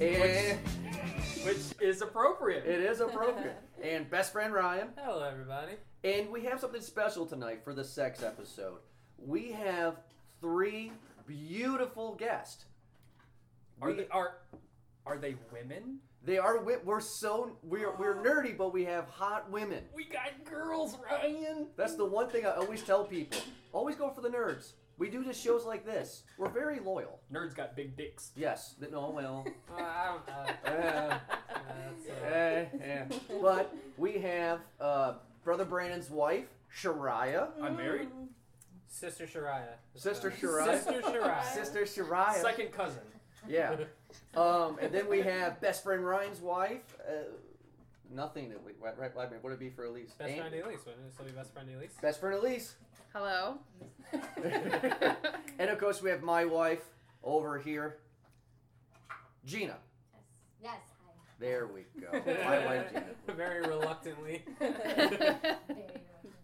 And which is appropriate. it is appropriate. And best friend Ryan. Hello, everybody. And we have something special tonight for the sex episode. We have three beautiful guests. Are We- they, are are they women? They are wi- we're so we're we're nerdy, but we have hot women. We got girls, Ryan. That's the one thing I always tell people. Always go for the nerds. We do just shows like this. We're very loyal. Nerds got big dicks. Yes. th- No. Well. Uh, I don't know. eh, That's, uh, eh, eh. But we have uh, brother Brandon's wife, Shariah. I'm married. Sister Shariah. Sister Uh, Shariah. Sister Shariah. Sister Shariah. Second cousin. Yeah. Um, and then we have best friend Ryan's wife. Uh, nothing that we right, right, right. What would it be for Elise? Best And- friend Elise. Wouldn't it still be best friend Elise? Best friend Elise. Hello. And of course we have my wife over here, Gina. Yes, There we go. My wife Gina. Very reluctantly. hi.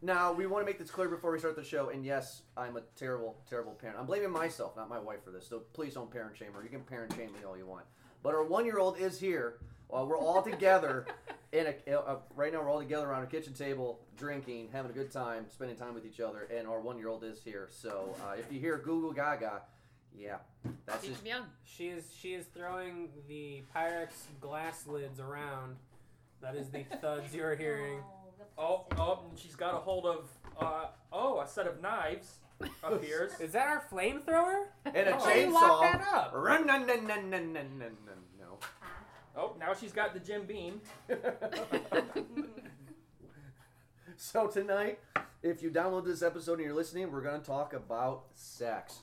Now we want to make this clear before we start the show. And yes, I'm a terrible, terrible parent. I'm blaming myself, not my wife, for this. So please don't parent shame her. You can parent shame me all you want. But our one-year-old is here. Uh, we're all together. in a, uh, right now we're all together around a kitchen table drinking having a good time spending time with each other and our one year old is here so uh, if you hear google gaga yeah that's Teach just 'em young. She is she is throwing the Pyrex glass lids around. That is the thuds you are hearing. Oh, oh, and she's got a hold of uh oh, a set of knives appears. Is that our flamethrower? and a Oh, She locked chainsaw that up. run run run run run run run no Oh, now she's got the Jim Beam. so tonight if you download this episode and you're listening we're going to talk about sex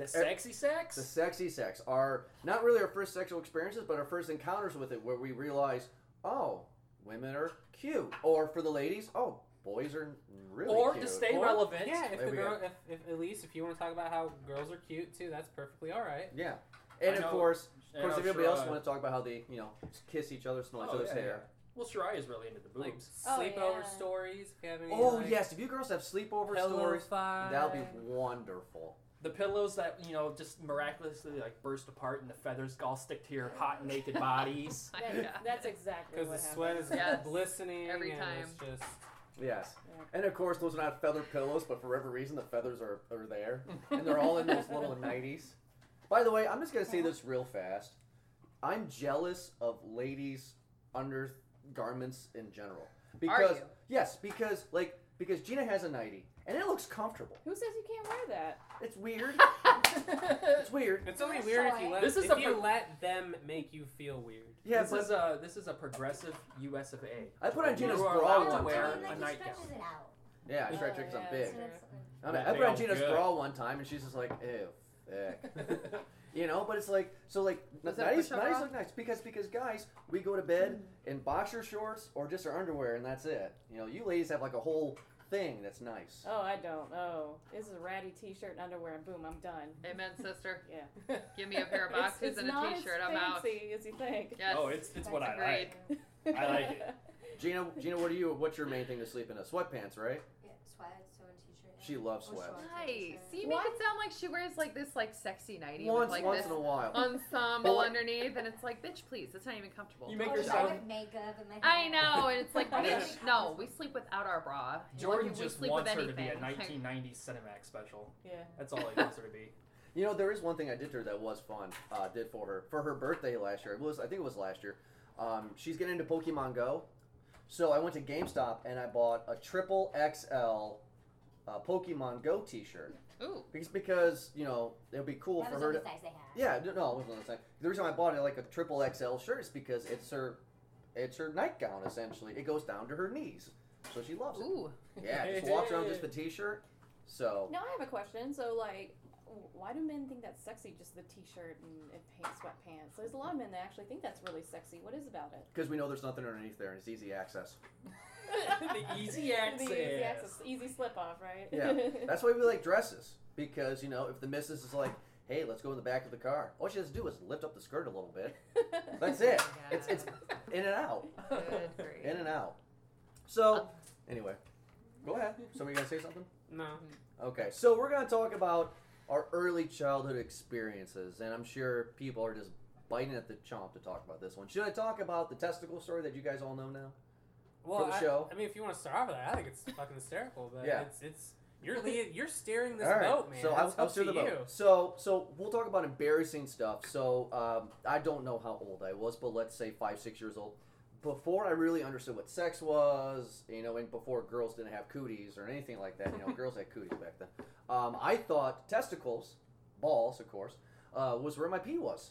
Eh, The sexy sex. the sexy sex are not really our first sexual experiences but our first encounters with it where we realize oh women are cute or for the ladies oh boys are really or cute. to stay Or- relevant. Yeah, if There the we go. girl, if, if Elise, if you want to talk about how girls are cute too, that's perfectly all right. yeah and I of know- course of and course I'm if anybody sure, else uh, want to talk about how they you know kiss each other smell each Oh, other's yeah, hair Well, Shariah's really into the Like boobs. Oh, sleepover yeah. stories. If you have any. oh like, yes if you girls have sleepover Pillow stories fight. that would be wonderful The pillows that you know just miraculously like burst apart, and the feathers all stick to your hot naked bodies. My That, God. that's exactly Because what the sweat is Yes. glistening. Every and time. It's just. yes Yeah. and of course those are not feather pillows but for whatever reason the feathers are, are there and they're all in those little 90s. By the way, I'm just going to say this real fast. I'm jealous of ladies' undergarments in general. Because you? yes, because like because Gina has a 90 and it looks comfortable. Who says you can't wear It's weird. that? It's weird. It's only That's weird if all you right. let This is if a you pro- let them make you feel weird. Yeah, this but is a this is a progressive U.S. of A. I put on Gina's You are bra allowed one to wear time. a nightgown. yeah, I tried Oh, to check some yeah, big. sure. I, mean, That I big put on old Gina's gut. bra one time and she's just like, ew, thick. You know, but it's like so like Was that nineties push-up Hmm. nineties bra? look nice because because guys we go to bed in boxer shorts or just our underwear and that's it. You know, you ladies have like a whole thing that's nice. oh, I don't know. This is a ratty t-shirt and underwear, and boom, I'm done. Amen, sister. Yeah. Give me a pair of It's- boxes it's and a not as T-shirt. I'm out. fancy as you think. Yes. Oh, it's it's what I like. Agreed. I like it. Gina, Gina, what are you? What's your main thing to sleep in? A sweatpants, right? She loves Oh, sweats. Nice. See, you What? make it sound like she wears like this like sexy nighty Once, with like once this Oh. in a while. ensemble Or- underneath, and it's like, bitch, please, it's not even comfortable. You make Oh, yourself. makeup and my I hair. know, and it's like, I bitch, just- no, we sleep without our bra. Jordan Like, we just sleep wants with her to be a anything. 1990s Cinemax special. Yeah. That's all he wants her to be. You know, there is one thing I did to her that was fun. Uh, did for her for her birthday last year. It was I think it was last year. Um, she's getting into Pokemon Go, so I went to GameStop and I bought a triple XL uh, Pokemon Go T-shirt Ooh, because because you know it'd be cool That for was her all to. the size they had. Yeah, no, no, it wasn't the same. The reason I bought it like a triple XL shirt is because it's her, it's her nightgown essentially. It goes down to her knees, so she loves it. ooh. Yeah, just walks around just the t-shirt. So Now I have a question. So, like, why do men think that's sexy? Just the t-shirt and, and pants, sweatpants. There's a lot of men that actually think that's really sexy. What is about it? because we know there's nothing underneath there and it's easy access. the easy access. The easy access, easy slip off, right? Yeah, That's why we like dresses because you know if the missus is like, hey, let's go in the back of the car, all she has to do is lift up the skirt a little bit. That's it. It's it's in and out, Good grief. in and out. So anyway, go ahead. Somebody gonna say something? No. Okay, so we're going to talk about our early childhood experiences, and I'm sure people are just biting at the chomp to talk about this one. Should I talk about the testicle story that you guys all know now? Well, the I, show. I mean, if you want to start off with that, I think it's fucking hysterical. But Yeah. it's it's you're lead, you're steering this All right, boat, man. So it's I'll, up I'll steer to the you. boat. So so we'll talk about embarrassing stuff. So um, I don't know how old I was, but let's say five six years old. Before I really understood what sex was, you know, and before girls didn't have cooties or anything like that, you know, girls had cooties back then. Um, I thought testicles, balls, of course, uh, was where my pee was.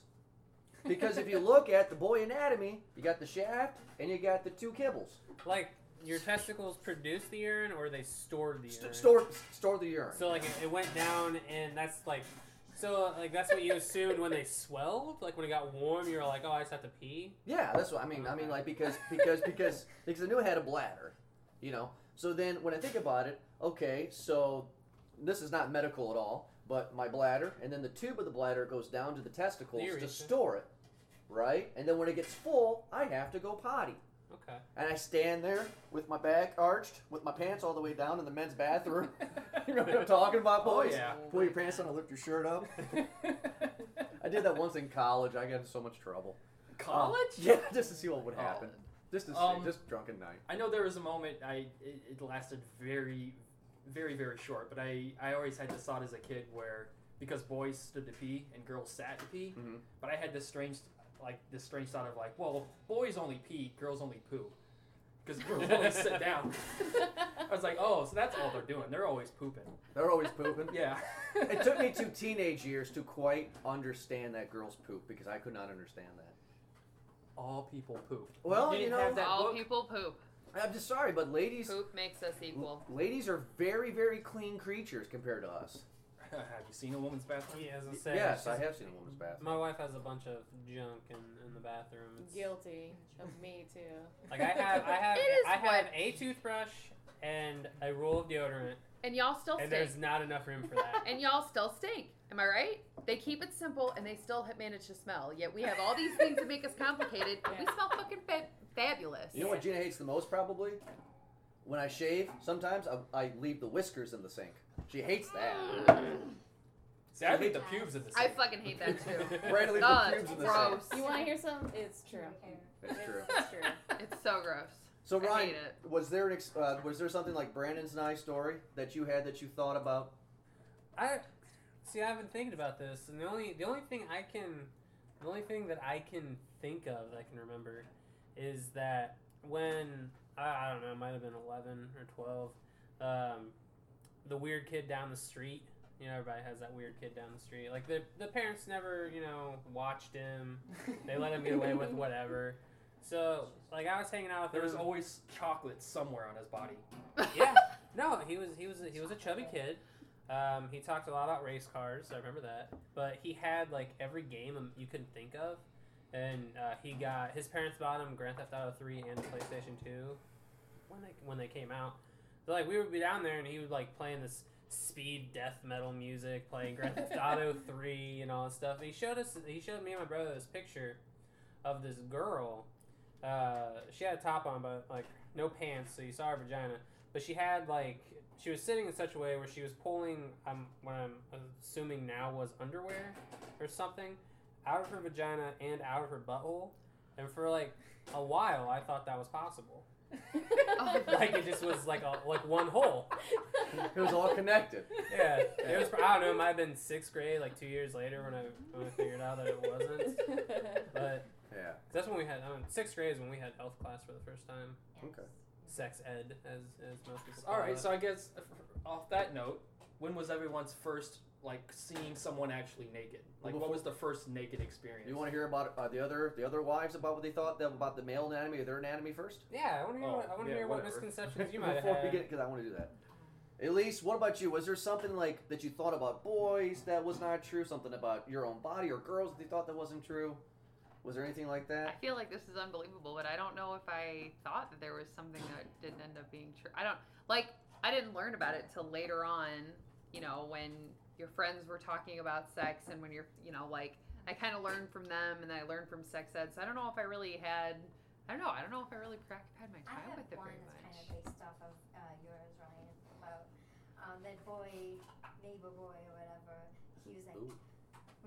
Because if you look at the boy anatomy, you got the shaft and you got the two kibbles. Like your testicles produce the urine, or they stored the urine. St- store, store the urine. So like it, it went down, and that's like, so like that's what you assumed when they swelled. Like when it got warm, you were like, oh, I just have to pee. Yeah, that's what I mean. I mean, like because because because because I knew I had a bladder, you know. So then when I think about it, okay, so this is not medical at all, but my bladder, and then the tube of the bladder goes down to the testicles to Urethra. store it, right? And then when it gets full, I have to go potty. Okay. And I stand there with my back arched, with my pants all the way down in the men's bathroom. you know what I'm talking about, Oh, boys? yeah. Pull your pants down and lift your shirt up. I did that once in college. I got in so much trouble. College? Um, yeah, just to see what would Oh. happen. Just to see, Um, just drunken night. I know there was a moment I it, it lasted very, very very short, but I I always had this thought as a kid where because boys stood to pee and girls sat to pee, Mhm. but I had this strange like this strange thought of like, well, boys only pee, girls only poo, because girls only sit down. I was like, oh, so that's all they're doing. They're always pooping. They're always pooping. Yeah. it took me two teenage years to quite understand that girls poop because I could not understand that. All people poop. Well, you, you didn't know- have that All book? people poop. I'm just sorry, but ladies, Poop makes us equal. ladies are very, very clean creatures compared to us. have you seen a woman's bathroom? Yeah, as I Y- said, yes, she's- I have seen a woman's bathroom. My wife has a bunch of junk in, in the bathroom. It's- Guilty of me too. Like I have, I have, It is I have what- a toothbrush and a roll of deodorant, And y'all still and stink. there's not enough room for that. And y'all still stink. Am I right? They keep it simple and they still ha- manage to smell. Yet we have all these things that make us complicated. and We Yeah. smell fucking fa- fabulous. You know what Gina hates the most, probably? When I shave, sometimes I, I leave the whiskers in the sink. She hates that. See, I think the pubes in the I sink. fucking hate that too. Right, I leave Ugh, the pubes in the sink. gross. You want to hear something? It's true. That's true. It's true. It's so gross. So I hate Ryan, it. was there an ex- uh, was there something like Brandon's nice story that you had that you thought about? I see. I've been thinking about this, and the only, the only thing I can, the only thing that I can think of that I can remember, is that when I, I don't know, it might have been eleven or twelve, um, the weird kid down the street. You know, everybody has that weird kid down the street. Like the the parents never, you know, watched him. They let him get away with whatever. So, like, I was hanging out with There was Mm. him. always chocolate somewhere on his body. Yeah. No, he was he was he was a chubby kid. Um, he talked a lot about race cars. I remember that. But he had like every game um, you can think of, and uh, he got his parents bought him Grand Theft Auto Three and PlayStation Two when they when they came out. So, like we would be down there, and he would like playing this speed death metal music, playing Grand Theft Auto Three and all this stuff. He showed us he showed me and my brother this picture of this girl. Uh, she had a top on, but like no pants, so you saw her vagina but she had like she was sitting in such a way where she was pulling um what I'm assuming now was underwear or something out of her vagina and out of her butthole, and for like a while I thought that was possible. Like it just was like a like one hole. It was all connected. Yeah, it was. I don't know. It might have been sixth grade, like two years later when I when I figured out that it wasn't. But Yeah. that's when we had um, sixth grade is when we had health class for the first time. Okay. Sex ed, as as most people. All call Uh, right, it. so I guess uh, f- off that note, when was everyone's first like seeing someone actually naked? Like, what was the first naked experience? You want to hear about uh, the other the other wives about what they thought them about the male anatomy or their anatomy first? yeah, I want to hear. Oh, what, I want to yeah, hear what whatever. misconceptions you might have. Before had. we get because I want to do that. Elise, what about you? Was there something like that you thought about boys that was not true? Something about your own body or girls that you thought that wasn't true? Was there anything like I that? feel like this is unbelievable, but I don't know if I thought that there was something that didn't end up being true. I don't like I didn't learn about it till later on, you know, when your friends were talking about sex and when you're, you know, like I kind of learned from them and I learned from sex ed. So I don't know if I really had I don't know. I don't know if I really preoccupied my I time have with it one very much. that's kind of based off of uh, yours, Ryan, about um, that boy, neighbor boy or whatever. He was like, Ooh.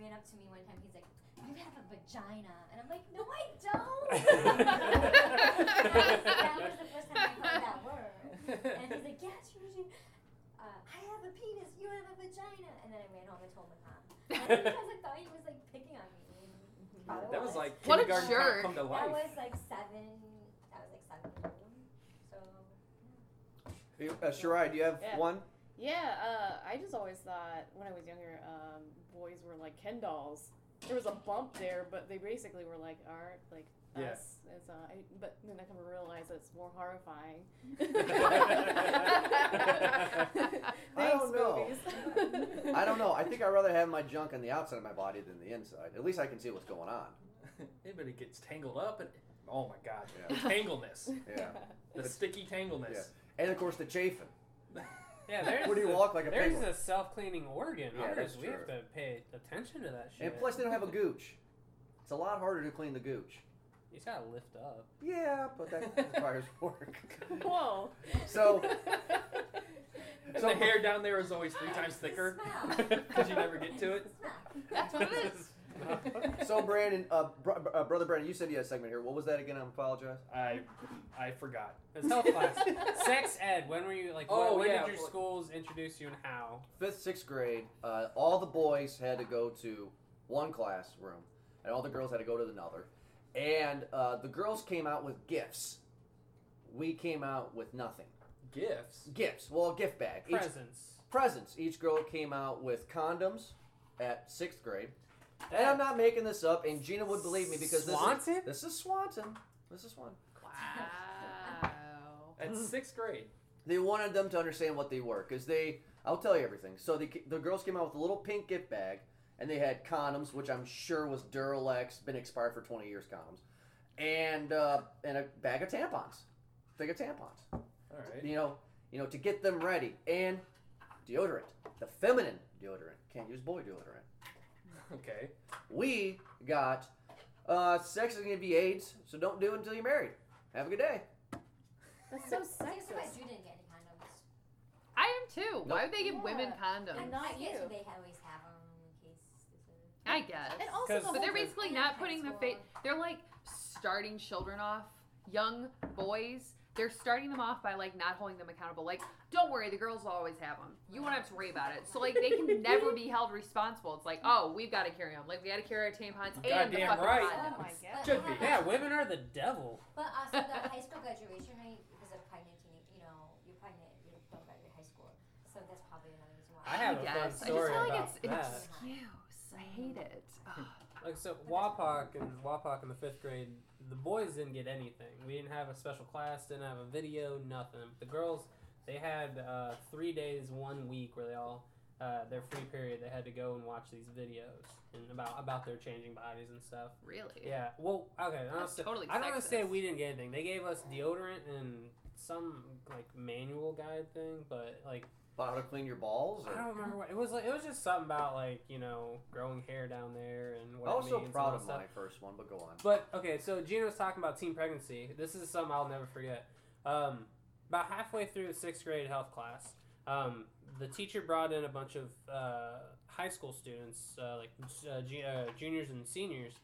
ran up to me one time. He's like, you have a vagina. And I'm like, no, I don't. that was the first time I heard that word. And he's like, yeah, it's your vagina. Uh, I have a penis. You have a vagina. And then I ran home and told my mom. And because I thought he was like picking on me. and probably That was like What a kindergarten jerk. come, come to That life. was like seven. That was like seven. So You- Uh, Shirai, do you have Yeah. one? Yeah, uh, I just always thought when I was younger, um, boys were like Ken dolls. There was a bump there, but they basically were like our like Yeah. us. As, uh, I, but then I come to realize that it's more horrifying. I don't Thanks, know. movies. I don't know. I think I'd rather have my junk on the outside of my body than the inside. At least I can see what's going on. Yeah, but it gets tangled up, and oh my god, Yeah. the tangleness, Yeah. the But- sticky tangleness. And of course the chafing. Yeah, there's Where do you the- walk like a There's penguin? a self-cleaning organ. Yeah, Ours, that's we have true. to pay attention to that shit. And plus they don't have a gooch. It's a lot harder to clean the gooch. you just gotta lift up. Yeah, but that requires work. Whoa. So And So- the hair down there is always three times thicker Smell. because you never get to it. Smell. That's what it is. so Brandon, uh, br- uh, brother Brandon, you said you had a segment here. What was that again? I apologize. I I forgot. It's health class. Sex ed. When were you like? Oh, when, when yeah, did your well- schools introduce you and how? Fifth, sixth grade, uh, all the boys had to go to one classroom, and all the girls had to go to another. And uh, the girls came out with gifts. We came out with nothing. Gifts. Gifts. Well, a gift bag. Each Presents. presents. Each girl came out with condoms at sixth grade. And I'm not making this up, and Gina would believe me because this Swanton? is this is Swanton. This is Swanton. Mm. Wow. That's sixth grade. They wanted them to understand what they were, because they. I'll tell you everything. So the the girls came out with a little pink gift bag, and they had condoms, which I'm sure was Duralex, been expired for 20 years condoms, and uh, and a bag of tampons, thing of tampons. All right. you know, you know, to get them ready and deodorant, the feminine deodorant. Can't use boy deodorant. Okay. We got uh, sex is gonna be AIDS, so don't do it until you're married. Have a good day. That's so So you're surprised sexist. you didn't get any condoms. I am too. Why would they give Yeah. women And condoms? not I guess you. They always have them in case. there's a- I guess. And also, the 'Cause- But whole they're basically not putting the face. High They're like starting children off, young boys. They're starting them off by like not holding them accountable. Like, don't worry, the girls will always have them. You won't have to worry about it. So like, they can never be held responsible. It's like, oh, we've got to carry them. Like, we got to carry our tampons and the Goddamn fucking right. Oh condoms. my god. Should be. Yeah, women are the devil. But also the high school graduation rate because of pregnant teenage, you know, you're pregnant, you don't graduate high school, so that's probably another reason why. I have a I fun guess. I just story feel like about it's an that. excuse. I hate it. Ugh. Like so, Wapak and Wapak in the fifth grade, the boys didn't get anything. We didn't have a special class, didn't have a video, nothing. The girls, they had uh, three days, one week where they all uh, their free period. They had to go and watch these videos and about about their changing bodies and stuff. Really? Yeah. Well, okay. I don't That's say, totally I don't wanna say sexist. we didn't get anything. They gave us deodorant and some like manual guide thing, but like About how to clean your balls. I Or, don't remember what it was. Like it was just something about like you know growing hair down there and what I it was so means and all proud that of stuff. my first one, but go on. But okay, so Gina was talking about teen pregnancy. This is something I'll never forget. Um, about halfway through the sixth grade health class, um, the teacher brought in a bunch of uh, high school students, uh, like uh, ju- uh, juniors and seniors,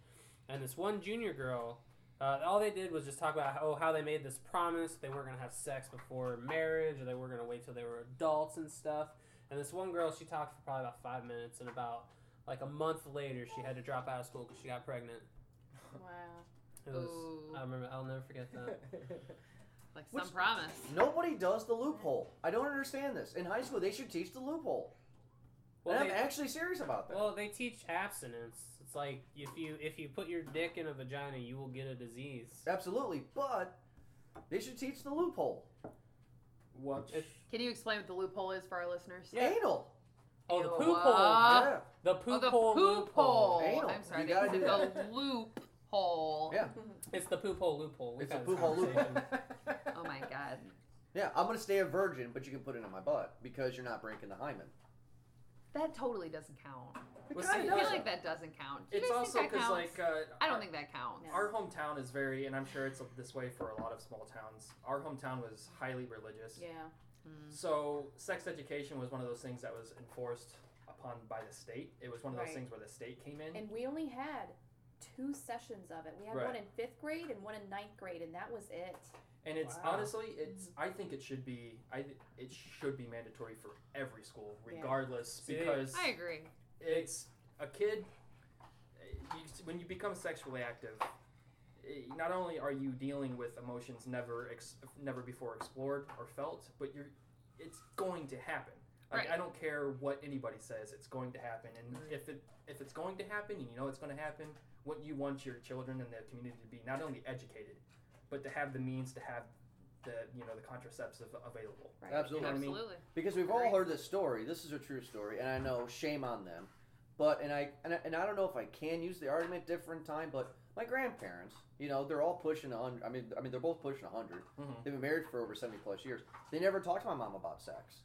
and this one junior girl. Uh, all they did was just talk about how, oh, how they made this promise they weren't gonna have sex before marriage, or they were gonna wait till they were adults and stuff. And this one girl, she talked for probably about five minutes, and about like a month later, she had to drop out of school because she got pregnant. Wow. It was. Ooh. I remember. I'll never forget that. Uh, Like some Which- promise. Nobody does the loophole. I don't understand this. In high school, they should teach the loophole. Well, and they, I'm actually serious about that. well, they teach abstinence. It's like if you if you put your dick in a vagina, you will get a disease. Absolutely, but they should teach the loophole. What? Can you explain what the loophole is for our listeners? Yeah. Anal. Oh, the Ew, poop uh, hole. yeah. The Oh, poop the hole. poop loophole. hole. Anal. I'm sorry, You they gotta said do that. the loop hole. Yeah. It's the poop hole loophole. We It's a had this poop hole loophole. conversation. Oh my god. Yeah, I'm gonna stay a virgin, but you can put it in my butt because you're not breaking the hymen. That totally doesn't count. It Well, kinda I see, feel does. like that doesn't count. Do you It's guys also think that because counts? like uh, I don't think that counts. No. our hometown is very, and I'm sure it's this way for a lot of small towns. Our hometown was highly religious. Yeah. Hmm. So sex education was one of those things that was enforced upon by the state. It was one of those Right. things where the state came in. And we only had two sessions of it. We had Right. one in fifth grade and one in ninth grade, and that was it. And it's Wow. honestly, it's. I think it should be. I th- it should be mandatory for every school, Yeah. regardless, See, because I agree. it's a kid. You, when you become sexually active, eh, not only are you dealing with emotions never ex, never before explored or felt, but you're. It's going to happen. Like, Right. I don't care what anybody says. It's going to happen, and if it if it's going to happen, and you know it's going to happen, what you want your children and the community to be not only educated, but to have the means to have the you know the contraceptives av- available. Right. Absolutely. what I mean? Absolutely. Because we've all Right. heard this story. This is a true story, and I know shame on them. But and I and I, and I don't know if I can use the argument different time. But my grandparents, you know, they're all pushing on. I mean, I mean, they're both pushing hundred. Mhm. They've been married for over seventy plus years. They never talked to my mom about sex,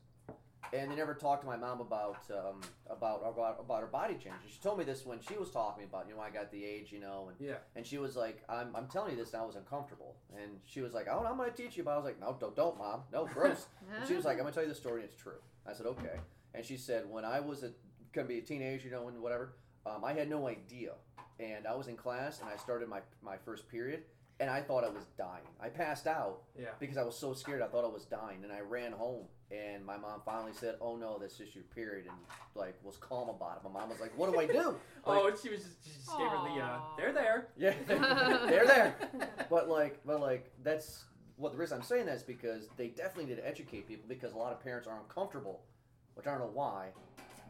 and they never talked to my mom about um, about about about her body change. And she told me this when she was talking about you know I got the age, you know, and Yeah. and she was like, I'm, I'm telling you this, and I was uncomfortable. And she was like, Oh, I'm going to teach you. But I was like, No, don't, don't mom. No, gross. And she was like, I'm gonna tell you the story and it's true. I said, okay. And she said, when I was a gonna be a teenager, you know, and whatever, um, I had no idea. And I was in class and I started my my first period and I thought I was dying. I passed out Yeah. because I was so scared. I thought I was dying and I ran home. And my mom finally said, "Oh no, that's just your period," and like was calm about it. My mom was like, "What do I do?" oh, and she was just, she just gave her the uh, Aw. they're there. Yeah, they're there. But like, but like, that's what the reason I'm saying that is because they definitely need to educate people because a lot of parents are uncomfortable, which I don't know why,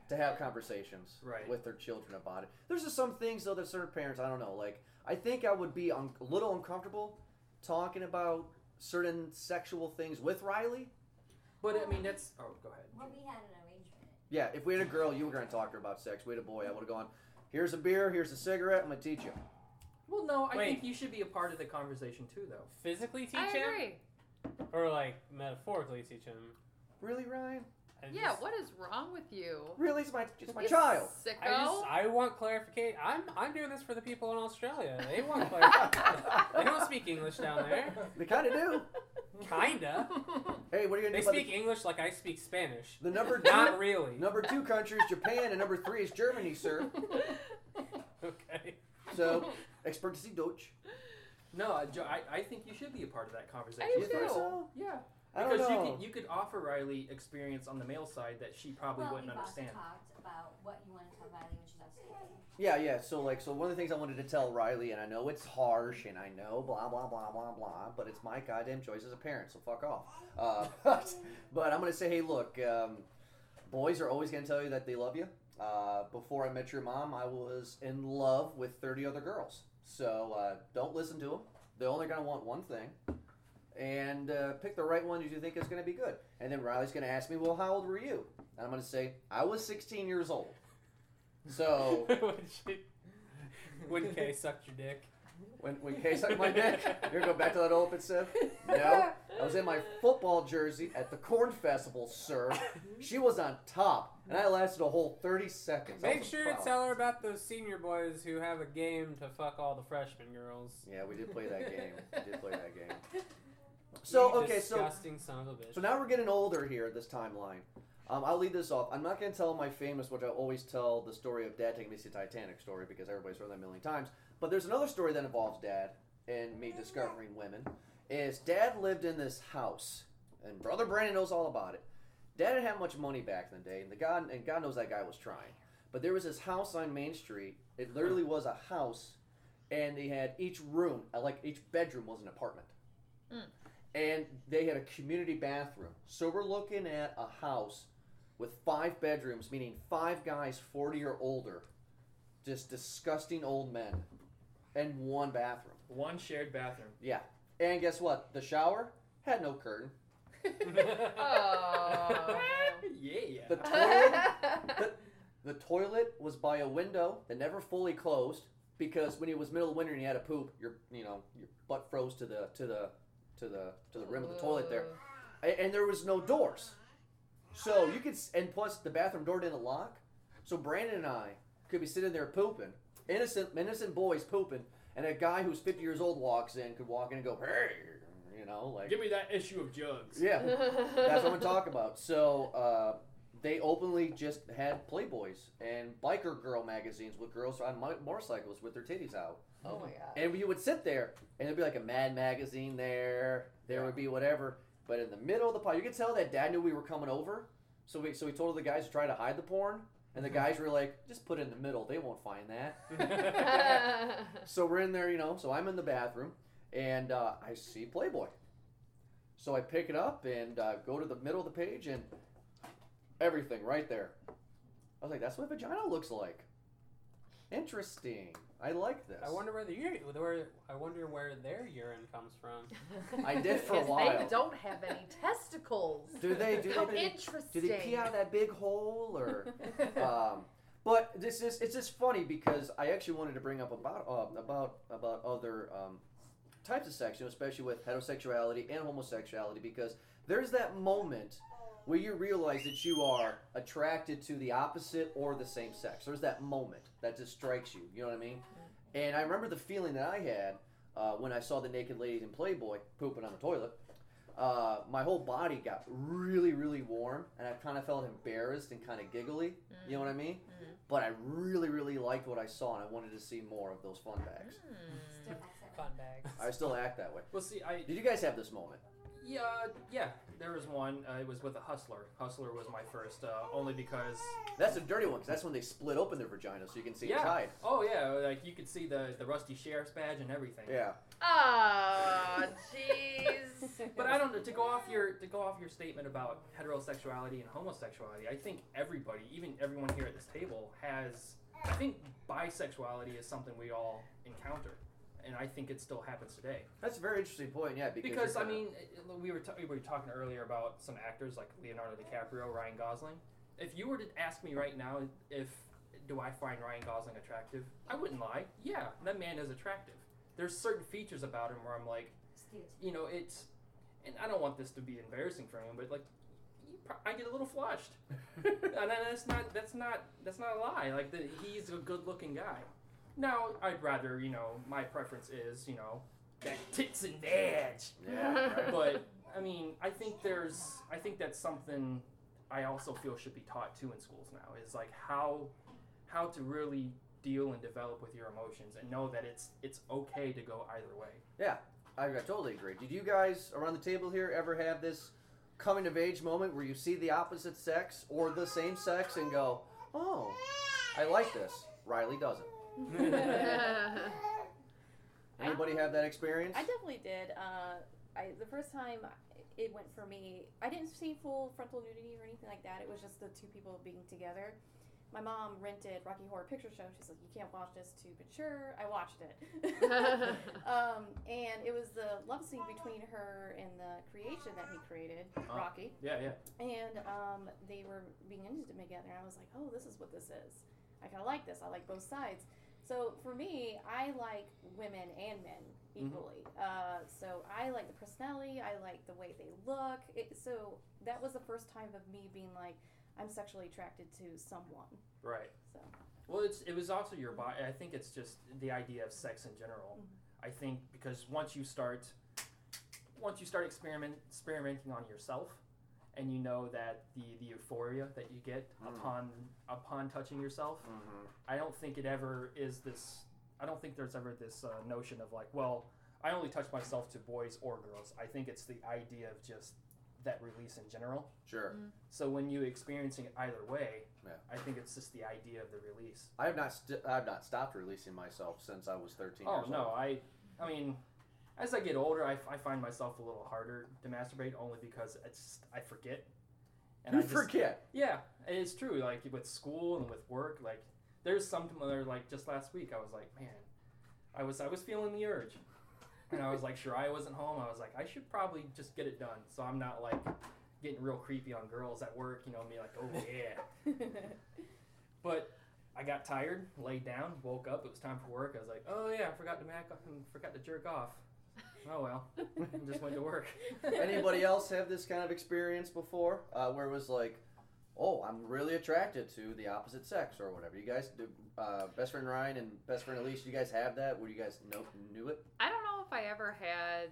to have conversations Right. with their children about it. There's just some things though that certain parents I don't know. Like, I think I would be un- a little uncomfortable talking about certain sexual things with Riley. But I mean, that's oh, go ahead. Well, we had an arrangement. Yeah, if we had a girl, you were going to talk to her about sex. We had a boy, I would have gone. Here's a beer. Here's a cigarette. I'm gonna teach you. Well, no, I Wait. think you should be a part of the conversation too, though. Physically teach I him, agree. or like metaphorically teach him. Really, Ryan? I Yeah, just- what is wrong with you? Really, it's my, it's my You child. Sicko. I just I want clarification. I'm I'm doing this for the people in Australia. They want clarification. they don't speak English down there. They kind of do. Kinda. Hey, what are you gonna They do? about speak English like I speak Spanish. the, the number Not two, really. number two country is Japan, and number three is Germany, sir. Okay. So, expert to see Deutsch. No, I- Jo- I, I think you should be a part of that conversation. I do You think too. so? Yeah, I don't because know. you could you could offer Riley experience on the male side that she probably well, wouldn't we've understand. also talked about what you want to tell Riley when she's on school. Yeah, yeah. So like, so one of the things I wanted to tell Riley, and I know it's harsh, and I know blah blah blah blah blah, but it's my goddamn choice as a parent, so fuck off. Uh, but, but I'm gonna say, hey, look, um, boys are always gonna tell you that they love you. Uh, before I met your mom, I was in love with 30 other girls, so uh, don't listen to them. They're only gonna want one thing. And uh, pick the right one that you think is going to be good. And then Riley's going to ask me, Well, how old were you? And I'm going to say, I was 16 years old. So when, she, when Kay sucked your dick. When when Kay sucked my dick, you're going back to that open sip. No, I was in my football jersey at the Corn Festival, sir. She was on top, and I lasted a whole 30 seconds. I Make was sure to proud. tell her about those senior boys who have a game to fuck all the freshman girls. Yeah, we did play that game. We did play that game. So You okay, so disgusting son of a bitch. so now we're getting older here. This timeline. Um, I'll lead this off. I'm not going to tell my famous, which I always tell, the story of Dad taking me to see Titanic story because everybody's heard that a million times. But there's another story that involves Dad and me discovering women. Is Dad lived in this house, and Brother Brandon knows all about it. Dad didn't have much money back in the day, and the God and God knows that guy was trying. But there was this house on Main Street. It literally was a house, and they had each room, uh, like each bedroom, was an apartment and they had a community bathroom. So we're looking at a house with five bedrooms, meaning five guys 40 or older, just disgusting old men, and one bathroom. One shared bathroom. Yeah. And guess what? The shower had no curtain. Oh. yeah. The toilet, the toilet was by a window that never fully closed because when it was middle of winter and you had to poop, your you know your butt froze to the to the to the to the rim of the toilet there. and, and there was no doors. So you could, s- and plus the bathroom door didn't lock. So Brandon and I could be sitting there pooping, innocent, innocent boys pooping, and a guy who's 50 years old walks in, could walk in and go, hey, you know, like, me that issue of jugs. yeah, that's what I'm talking about. So uh, they openly just had Playboys and biker girl magazines with girls on mi- motorcycles with their titties out. Oh my god. And you would sit there, and there'd be like a Mad magazine there. There would be whatever. But in the middle of the pod, you could tell that Dad knew we were coming over, so we so we told the guys to try to hide the porn, and the Mm-hmm. guys were like, "Just put it in the middle. They won't find that." So we're in there, you know. So I'm in the bathroom, and uh, I see Playboy. So I pick it up and uh, go to the middle of the page, and everything right there. I was like, "That's what vagina looks like." Interesting. I like this. I wonder where the ur- where I wonder where their urine comes from. I did for a Because while. They don't have any testicles. Do they do How they, do interesting. they pee out of that big hole or? um, but this is it's just funny because I actually wanted to bring up about uh, about about other um, types of sex, you know, especially with heterosexuality and homosexuality, because there's that moment where you realize that you are attracted to the opposite or the same sex. There's that moment that just strikes you. You know what I mean? And I remember the feeling that I had uh, when I saw the naked ladies in Playboy pooping on the toilet. Uh, my whole body got really, really warm, and I kind of felt embarrassed and kind of giggly. You know what I mean? Mm-hmm. But I really, really liked what I saw, and I wanted to see more of those fun bags. Hmm. Still accept Fun bags. I still act that way. Well, see, I Did you guys have this moment? yeah yeah. There was one. Uh, it was with a hustler. Hustler was my first, uh, only because That's the dirty one, 'cause that's when they split open their vagina so you can see Yeah. inside. oh yeah, like you could see the the rusty sheriff's badge and everything. Yeah. Oh, jeez. But I don't know to go off your to go off your statement about heterosexuality and homosexuality. I think everybody, even everyone here at this table, has. I think bisexuality is something we all encounter, and I think it still happens today. That's a very interesting point, yeah. Because, Because you're I kinda- mean, uh, we were ta- we were talking earlier about some actors like Leonardo DiCaprio, Ryan Gosling. If you were to ask me right now if do I find Ryan Gosling attractive, I wouldn't lie. Yeah, that man is attractive. There's certain features about him where I'm like, Steal it. you know, it's, and I don't want this to be embarrassing for him, but like, you pro- I get a little flushed, and then that's not that's not that's not a lie. Like the, he's a good-looking guy. Now I'd rather you know my preference is you know that tits and badge yeah, right. but I mean, I think there's, I think that's something I also feel should be taught too in schools now is like how, how to really deal and develop with your emotions and know that it's it's okay to go either way. I, I totally agree. Did you guys around the table here ever have this coming of age moment where you see the opposite sex or the same sex and go, oh, I like this? Riley doesn't. Anybody have that experience? I definitely did. Uh, I the first time it went for me, I didn't see full frontal nudity or anything like that. It was just the two people being together. My mom rented Rocky Horror Picture Show. She's like, "You can't watch this too mature." I watched it, um, and it was the love scene between her and the creation that he created, Ah. Rocky. Yeah, yeah. And um, they were being intimate together, and I was like, "Oh, this is what this is. I kind of like this. I like both sides." So for me, I like women and men Mm-hmm. equally. Uh, so I like the personality. I like the way they look. It, so that was the first time of me being like, I'm sexually attracted to someone. Right. So. Well, it's it was also your body. I think it's just the idea of sex in general. I think because once you start, once you start experiment experimenting on yourself, and you know that the the euphoria that you get Mm. upon upon touching yourself, Mhm. I don't think it ever is this. I don't think there's ever this uh, notion of like, well, I only touch myself to boys or girls. I think it's the idea of just that release in general. Sure. So when you experiencing it either way, Yeah. I think it's just the idea of the release. I have not st- I have not stopped releasing myself since I was 13 Oh years no, old. I, I mean, as I get older, I, I find myself a little harder to masturbate only because it's I forget. you I just- forget. Yeah, it's true. Like with school and with work, like there's some other like just last week I was like, man, I was I was feeling the urge, and I was like, sure, I wasn't home. I was like, I should probably just get it done, so I'm not like getting real creepy on girls at work. You know, me like, oh yeah. But I got tired, laid down, woke up. It was time for work. I was like, oh yeah, I forgot to mac, hmm, forgot to jerk off. Oh well, and just went to work. Anybody else have this kind of experience before, uh, where it was like, oh, I'm really attracted to the opposite sex or whatever? You guys, do, uh, best friend Ryan and best friend Elise, you guys have that? Would you guys know knew it? I don't know if I ever had.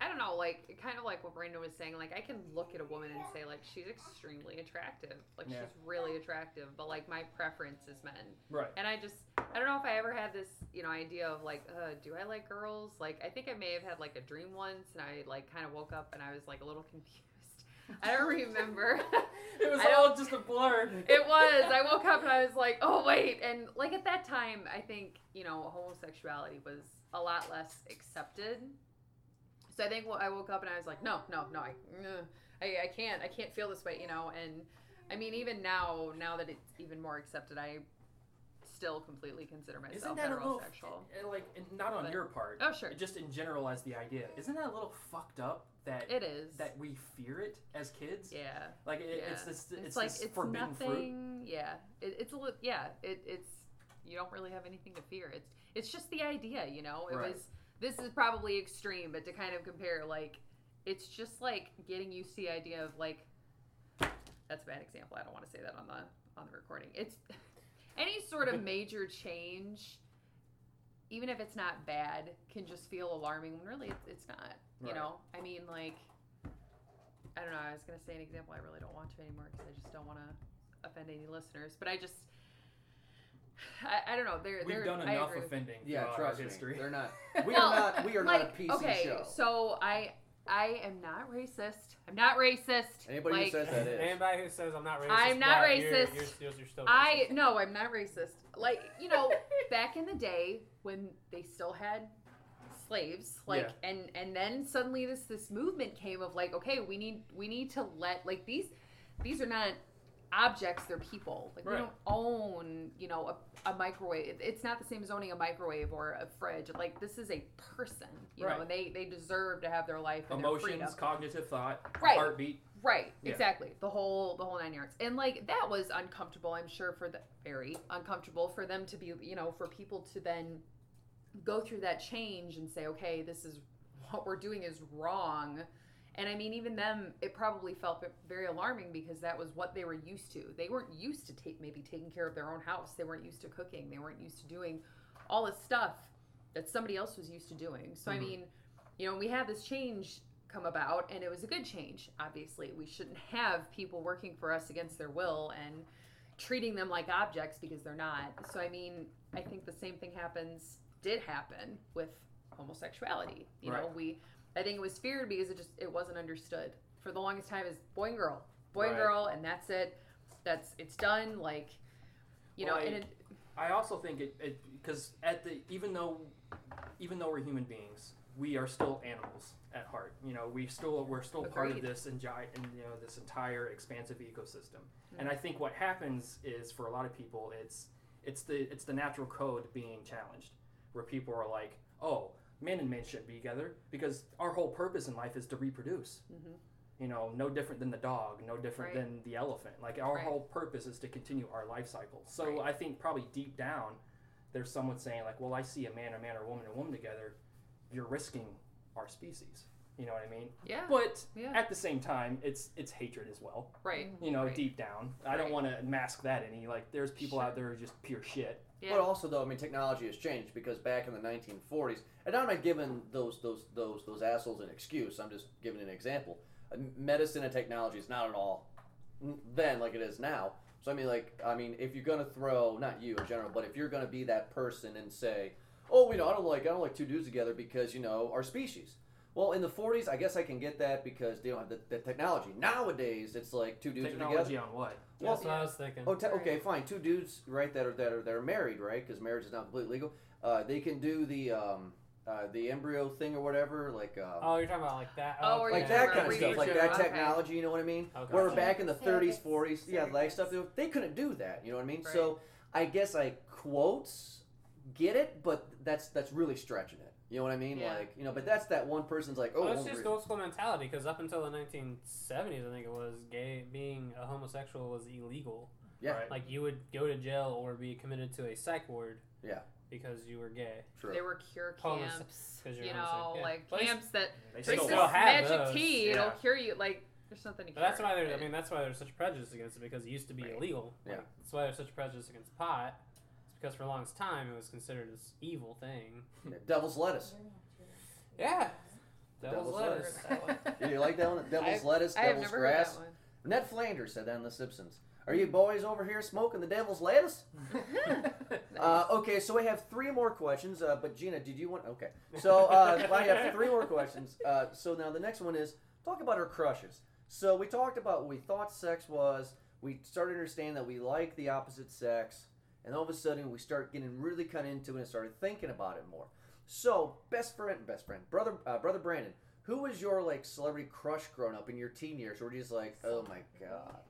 I don't don't know, like kind of like what Brandon was saying. Like I can look at a woman and say like she's extremely attractive, like Yeah. she's really attractive. But like my preference is men, Right. and I just I don't know if I ever had this you know idea of like uh, do I like girls? Like I think I may have had like a dream once, and I like kind of woke up and I was like a little confused. I don't remember. It was I all just a blur. It was. I woke up and I was like, oh wait. And like at that time, I think you know homosexuality was a lot less accepted. So I think wh- I woke up and I was like, no, no, no, I, mm, I, I can't, I can't feel this way, you know. And I mean, even now, now that it's even more accepted, I still completely consider Isn't myself that a little heterosexual. and, like and not on But- your part? Oh sure, Just in general as the idea. Isn't that a little fucked up that it is. that we fear it as kids? yeah. Like it, Yeah. it's this it's, It's, like this it's forbidden nothing. fruit. Yeah, it, it's a little. Yeah, it, it's you don't really have anything to fear. It's it's just the idea, you know. It Right. was this is probably extreme, but to kind of compare, like it's just like getting used to the idea of like that's a bad example. I don't want to say that on the on the recording. It's any sort of major change. Even if it's not bad, can just feel alarming when really it's, it's not. You Right. know, I mean, like, I don't know. I was gonna say an example. I really don't want to anymore because I just don't want to offend any listeners. But I just, I, I don't know. They're, We've they're, done I enough agree with- offending Yeah, throughout trust our me. history. They're not. We Well, are not. We are not like, a PC okay, show. so I, I am not racist. I'm not racist. Anybody like, who says that is. Anybody who says I'm not racist, I'm not wow, you're- racist. You're, still, you're still I racist. no, I'm not racist. Like you know, back in the day when they still had slaves, like and and then suddenly this this movement came of like, okay, we need we need to let like these these are not objects; they're people. Like Right. we don't own you know a, a microwave. It- It's not the same as owning a microwave or a fridge. Like this is a person, you Right. know, and they they deserve to have their life and their freedom. Emotions, cognitive thought, Right. heartbeat. Right, Yeah. exactly. The whole the whole nine yards. And like that was uncomfortable, I'm sure for the very uncomfortable for them to be, you know, for people to then go through that change and say, "Okay, this is what we're doing is wrong." And I mean, even them, it probably felt very alarming because that was what they were used to. They weren't used to take maybe taking care of their own house. They weren't used to cooking. They weren't used to doing all this stuff that somebody else was used to doing. So Mhm. I mean, you know, we had this change come about and it was a good change obviously we shouldn't have people working for us against their will and treating them like objects because they're not so i mean i think the same thing happens did happen with homosexuality you know Right. we i think it was feared because it just it wasn't understood for the longest time as boy and girl boy and Right. girl and that's it that's it's done like you know Well, and I- it, I also think it because at the even though even though we're human beings, we are still animals at heart. You know, we still we're still part of Agreed. this and and you know this entire expansive ecosystem. Mm-hmm. And I think what happens is for a lot of people, it's it's the it's the natural code being challenged, where people are like, oh, men and men shouldn't be together because our whole purpose in life is to reproduce. Mhm. You know, no different than the dog, no different Right. than the elephant. Like our Right. whole purpose is to continue our life cycle. So Right. I think probably deep down, there's someone saying like, well, I see a man, a man, or a woman, a woman together. You're risking our species. You know what I mean? yeah But yeah at the same time, it's it's hatred as well right you know, Right. deep down. I don't Right. want to mask that any. Like, there's people out there who are just pure shit. yeah But also, though, I mean, technology has changed because back in the 1940s, and I'm not giving those those those those assholes an excuse. I'm just giving an example. Uh, Medicine and technology is not at all n- then like it is now. So I mean, like, I mean, if you're gonna throw not you in general, but if you're gonna be that person and say, oh, you know, I don't like I don't like two dudes together because you know our species. Well, in the 40s, I guess I can get that because they don't have the, the technology. Nowadays, it's like two dudes are together. Technology on what? Well, That's what I was thinking. Oh, te- okay, fine. Two dudes, right, that are that are that are married, right? Because marriage is not completely legal. Uh, they can do the um, uh, the embryo thing or whatever, like um, Oh, you're talking about like that. Oh, okay. or like you're that talking kind of about stuff, like research, that okay. technology. You know what I mean? Okay. Where back in the Surrogates, 30s, 40s, yeah, like surrogates. stuff. They couldn't do that. You know what I mean? Right. So I guess I quotes get it, but that's that's really stretching it. You know what I mean? Yeah. Like you know, but that's that one person's like, oh, Well, it's I'm just re- old school mentality because up until the 1970s, I think it was, gay being a homosexual was illegal. Yeah. Right. Like you would go to jail or be committed to a psych ward. Yeah. Because you were gay. True. there were cure Homeless- camps 'cause you're you homosexual, know yeah. like But it's- camps that They Drink still this have magic those, tea. yeah. It'll cure you. Like, there's nothing to But cure. that's why there's. I it. mean, that's why there's such prejudice against it because it used to be Right. illegal. Yeah. Like, that's why there's such prejudice against pot. It's because for the longest time it was considered this evil thing. Devil's lettuce. Yeah. Devil's Devil's lettuce. Did you like that one? Devil's I've- lettuce, I have devil's never grass. heard Ned Flanders said that on The Simpsons. Are you boys over here smoking the devil's lettuce? that one. Uh, okay, so we have three more questions. Uh, but Gina, did you want? Okay, so uh, I have three more questions. Uh, so now the next one is talk about our crushes. So we talked about what we thought sex was. We started to understand that we like the opposite sex, and all of a sudden we start getting really kind of into it and started thinking about it more. So best friend, best friend, brother, uh, brother Brandon. Who was your like celebrity crush growing up in your teen years? Or were you just like, oh my god,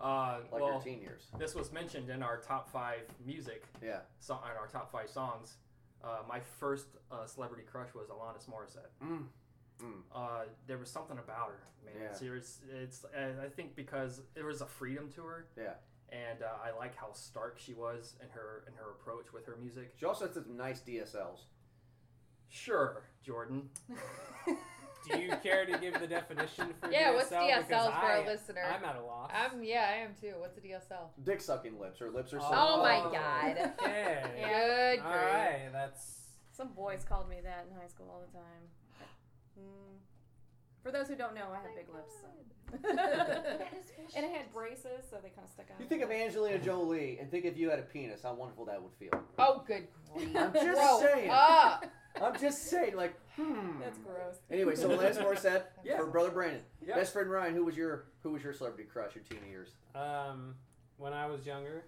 Uh, like your well, teen years? this was mentioned in our top five music. Yeah. So, in our top five songs, uh, my first uh, celebrity crush was Alanis Morissette. Mm. Mm. Uh, there was something about her, man. Yeah. Serious. It's. and I think because there was a freedom to her. Yeah. And uh, I like how stark she was in her in her approach with her music. She also had some nice DSLs. Sure, Jordan. Do you care to give the definition for yeah, DSL? what's Because DSLs for I, our listener? I'm at a loss. I'm- yeah, I am too. What's a DSL? Dick sucking lips. Her lips are so. Oh my God. Okay. Good All grief. right, that's Some boys called me that in high school all the time. Mm. For those who don't know, I have big lips, so. and I had braces, so they kind of stuck out. You think of Angelina Jolie and think if you had a penis, how wonderful that would feel. Oh, good grief. I'm just Grow saying. up. I'm just saying, like, hmm. That's gross. Anyway, so Lance Moore said Yeah. for brother Brandon, Yeah. best friend Ryan, who was your who was your celebrity crush your teen years? Um, when I was younger,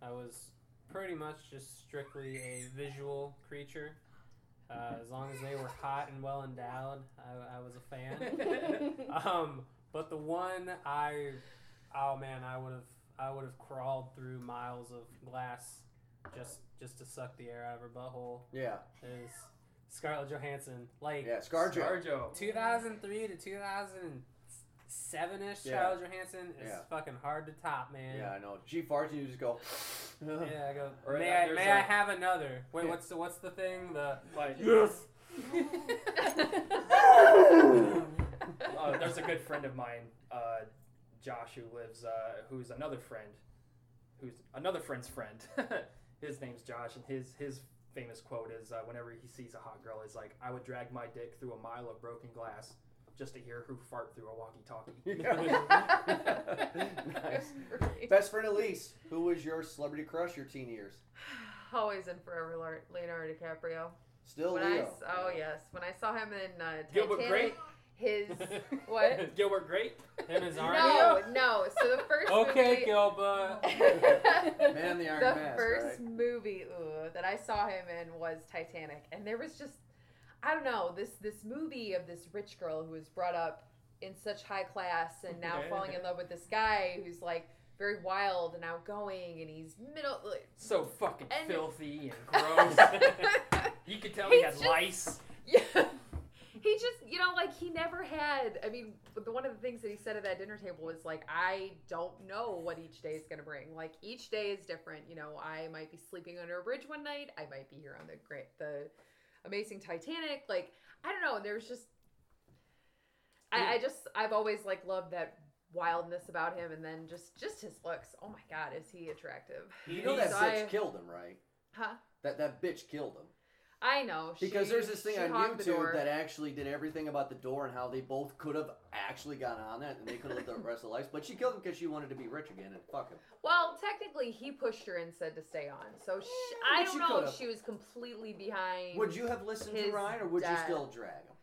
I was pretty much just strictly a visual creature. Uh, as long as they were hot and well endowed, I, I was a fan. um, but the one I, oh man, I would have I would have crawled through miles of glass just just to suck the air out of her butthole Yeah, is Scarlett Johansson. Like yeah, ScarJo. Scarjo. 2003 to 2007 ish, Yeah. Scarlett Johansson is Yeah. fucking hard to top, man. Yeah, I know. She farts, you just go. Yeah, I go. Or, may uh, I, there's may a- I have another? Wait, Yeah. what's the what's the thing? The Like, yes. uh, there's a good friend of mine, uh, Josh, who lives, uh, who's another friend, who's another friend's friend. his name's Josh, and his his famous quote is, uh, whenever he sees a hot girl, he's like, "I would drag my dick through a mile of broken glass just to hear her fart through a walkie-talkie." nice. Best friend Elise, who was your celebrity crush your teen years? Always and forever Lar- Leonardo DiCaprio. Still When I Leo. s- oh yes, when I saw him in uh, Gilbert Titanic, his what? Gilbert Grape. Him is Iron No, no. So the first Okay, movie, Gilba. Man in the Iron the Mask. first right? movie ooh, that I saw him in was Titanic, and there was just I don't know this this movie of this rich girl who was brought up in such high class and now falling in love with this guy who's like very wild and outgoing, and he's middle. like- So fucking And- filthy and gross. you could tell he He's had just- lice. Yeah. He just, you know, like he never had. I mean, but the, one of the things that he said at that dinner table was like, "I don't know what each day is going to bring. Like each day is different. You know, I might be sleeping under a bridge one night. I might be here on the great, the amazing Titanic. Like I don't know. And there's just, I, I just, I've always like loved that wildness about him, and then just, just his looks. Oh my God, is he attractive? You know that So bitch I- killed him, right? Huh? That that bitch killed him. I know she- Because there's this thing she on hogged the door. YouTube that actually did everything about the door and how they both could have actually gotten on that and they could have lived the rest of their lives. But she killed him because she wanted to be rich again and fuck him. Well, technically, he pushed her and said to stay on. So sh Yeah, I Eh, but don't you know could've. if she was completely behind. Would you have listened to His Ryan or would you dad. still drag him?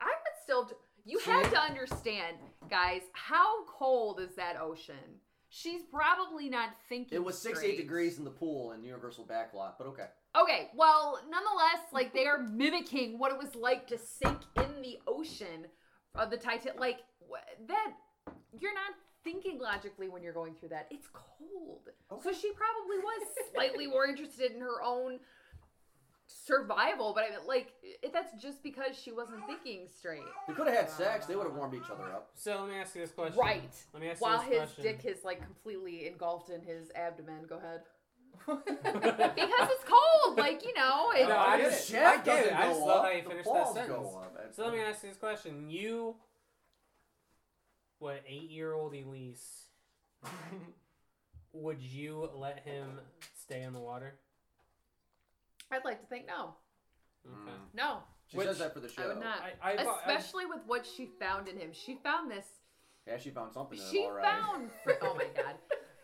I would still. d- You She- have to understand, guys. How cold is that ocean? She's probably not thinking. It was 68 straight. degrees in the pool in Universal Backlot, but okay. Okay. Well, nonetheless, like they are mimicking what it was like to sink in the ocean of the Titanic. Like wh- that, you're not thinking logically when you're going through that. It's cold. So she probably was slightly more interested in her own survival, but I mean, like it- that's just because she wasn't thinking straight, They could have had sex. They would have warmed each other up. So let me ask you this question. right? Let me ask While you this his question. dick is like completely engulfed in his abdomen. Go ahead. because it's cold, like you know. It, No, I The just- shaft I get it. doesn't I go just love up, how you the finished that balls sentence. Go up. so let me ask you this question. You, what eight year old Elise, would you let him stay in the water? I'd like to think no, Okay. Mm. no. She Which- says that for the show. I would not. I, I, thought- I- Especially with what she found in him. She found this. Yeah, she found something. in him, She all right. found. Fr- oh my god.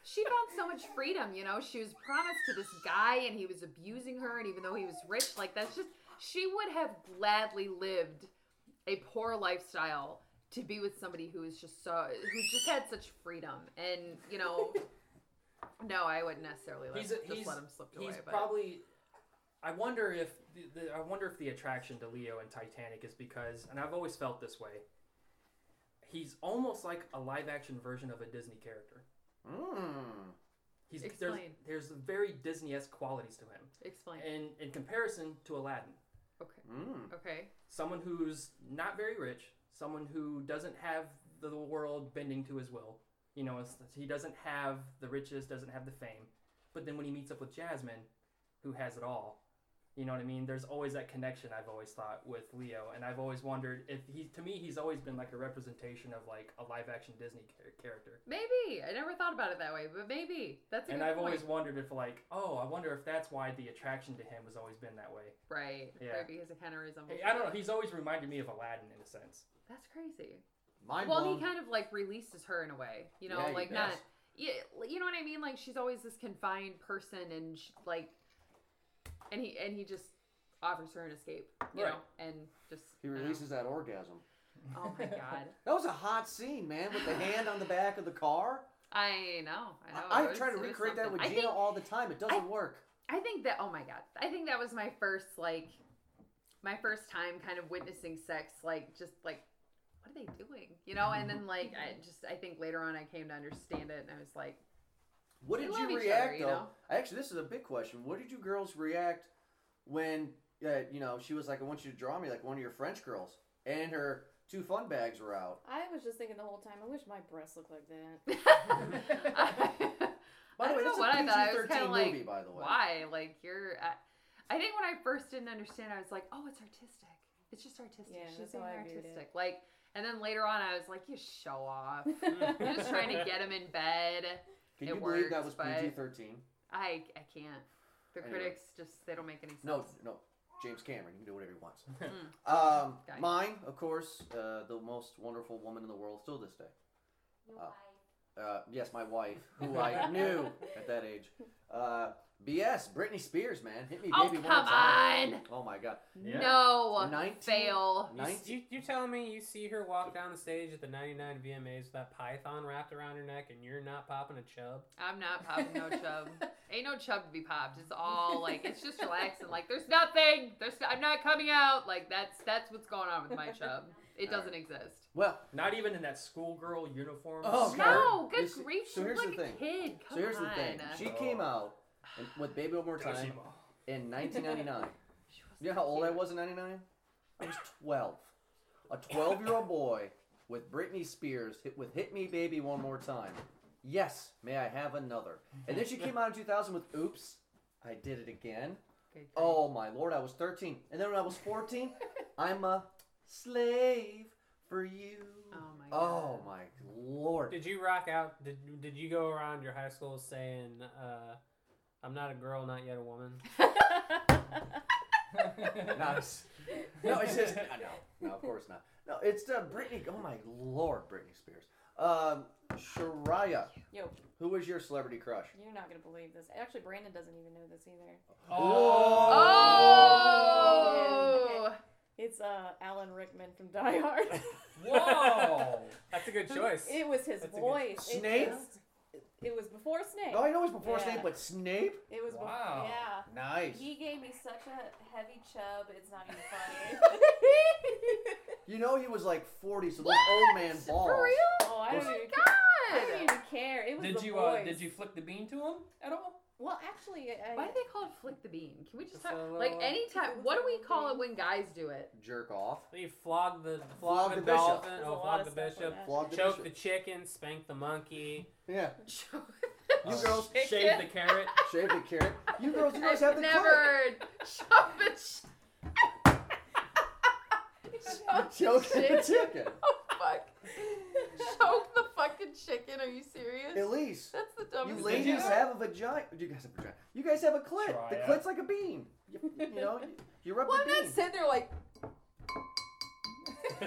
She found so much freedom, you know. She was promised to this guy and he was abusing her, and even though he was rich, like that's just. She would have gladly lived a poor lifestyle to be with somebody who is just so. who just had such freedom. And, you know. No, I wouldn't necessarily let, He's a- just he's- let him slip away. he's but probably. I wonder if the, the, I wonder if the attraction to Leo and Titanic is because, and I've always felt this way. He's almost like a live action version of a Disney character. Mm. He's Explain. there's there's very Disney esque qualities to him, explain. and in comparison to Aladdin, Okay. Mm. Okay. someone who's not very rich, someone who doesn't have the world bending to his will. You know, it's- he doesn't have the riches, doesn't have the fame. But then when he meets up with Jasmine, who has it all, you know what I mean? There's always that connection I've always thought with Leo, and I've always wondered if he, to me, he's always been like a representation of like a live action Disney char- character. Maybe. I never thought about it that way, but maybe. That's a And good I've point. always wondered if like, oh, I wonder if that's why the attraction to him has always been that way. Right. Yeah. Right, because of Henry's Hey, I don't know. He's always reminded me of Aladdin in a sense. That's crazy. Mind well, blown. he kind of like releases her in a way, you know, Yeah, he like does. not. Yeah, you know what I mean. Like she's always this confined person, and she, like, and he and he just offers her an escape, you Right. know, and just He I don't know. releases that orgasm. Oh my god, That was a hot scene, man, with the hand on the back of the car. I know, I know. I, I it was- try to it was recreate that something. with I Gina think, all the time. It doesn't work. I think that. Oh my god, I think that was my first like, my first time kind of witnessing sex, like just like. What are they doing? You know, and then like I just I think later on I came to understand it, and I was like, What we did love you each react other, you though? know? Actually, this is a big question. What did you girls react when uh, you know she was like, "I want you to draw me like one of your French girls," and her two fun bags were out. I was just thinking the whole time. I wish my breasts looked like that. By the I way, don't know that's what a I thought. I was PG-13 kinda like, movie, by the way. Why? Like you're. I, I think when I first didn't understand, I was like, "Oh, it's artistic. It's just artistic. Yeah, She's that's being how I viewed it. artistic." Like, and then later on, I was like, "You show off. You're just trying to get him in bed. Can It you believe that works, was but- PG thirteen? I, I can't. The Anyway. critics just they don't make any sense. No, no. James Cameron, he can do whatever he wants. Mm. um, Guy. mine, of course, uh, the most wonderful woman in the world, still this day. Your Uh, wife. Uh, yes, my wife, who I knew at that age. Uh, BS, Britney Spears, man, hit me, Oh, baby, one come time. Oh my god, Yeah. No, 19? fail. You, Nineteen- you, you telling me you see her walk down the stage at the 99 VMAs with that python wrapped around her neck and you're not popping a chub? I'm not popping no chub. Ain't no chub to be popped. It's all like it's just relaxing. Like there's nothing. There's I'm not coming out. Like that's that's what's going on with my chub. It All doesn't exist. Well, Not even in that schoolgirl uniform. Oh, skirt. No, Sure. good This- grief. so She's here's the like thing. a kid. Come so here's on. the thing. She Oh. came out and, with Baby One More Time Hiroshima. in 1999. She was You know how old I cute. was in 99? I was 12. A 12 year old boy with Britney Spears hit with Hit Me Baby One More Time. Yes, may I have another. And then she came out in 2000 with Oops, I Did It Again. Good grief. Oh my lord, I was 13. And then when I was 14, I'm a slave for you. Oh my god. Oh my lord. Did you rock out? Did, did you go around your high school saying, uh, I'm not a girl, not yet a woman? Oh. nice. No, it's just no, no, no, of course not. No, it's uh, Britney. Oh my lord, Britney Spears. Um, Shariah, Yo, who was your celebrity crush? you're not gonna believe this. Actually, Brandon doesn't even know this either. Oh. Oh. It's uh Alan Rickman from Die Hard. Whoa! That's a good choice. It was his That's a good- voice. It Snape? just- It was before Snape. No, I know it's before Yeah. Snape, but Snape. It was Wow. before. Yeah. Nice. He gave me such a heavy chub. It's not even funny. You know he was like forty, so those What? old man balls. For real? oh, I Oh don't my even. I don't God. even care. It was Did the you voice. uh, did you flick the bean to him at all? Well, actually, I, Why do they call it flick the bean? Can we just It's talk a like uh, little- anytime? What do we call it when guys do it? Jerk off. You flogged the, Flogged flogged the the bishop. dolphin, There's a oh, lot flogged the of stuff bishop, like Flogged the choked bishop. the chicken, spanked the monkey. Yeah. You Uh, girls shave the carrot. shave the carrot. You girls, you guys have the carrot. never chop a ch- Choke Choke the chicken. chicken. Oh fuck. Choke the fucking chicken. Are you serious? Elise, That's the you dumbest. ladies thing ever. have a vagina. You guys have a vagina. You guys have a clit. Try the it. clit's like a bean. You, you know, you, you rub Well, the I'm bean. not sitting there like Like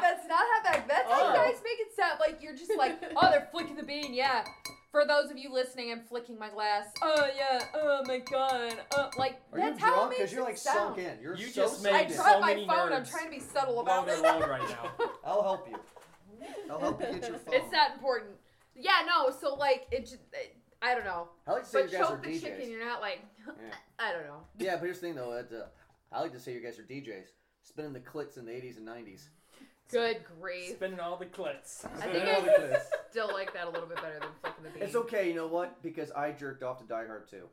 that's not how that. That's how Oh. you guys make it sound. Like you're just like, oh, they're flicking the bean. Yeah. For those of you listening, I'm flicking my glass. Oh yeah. Oh my god. Uh, like Are that's you how drunk? it makes you're like it sound. sunk in. You're You so just sunk I made in. it. dropped So my many phone. I'm nerds. trying to be subtle about Load it. and load right now. I'll help you. I'll help you get your phone. It's not important. Yeah. No. So like it. j- it I don't know. I like to say But you guys are choke the DJs. chicken. You're not like. Yeah. I don't know. Yeah, but here's the thing though. That, uh, I like to say you guys are DJs, spinning the clits in the 80s and 90s. Good. Great. Spinning all the clits. I Spinning think all I- the clits. Still like that a little bit better than flicking the bean. It's okay, you know what? Because I jerked off to Die Hard too.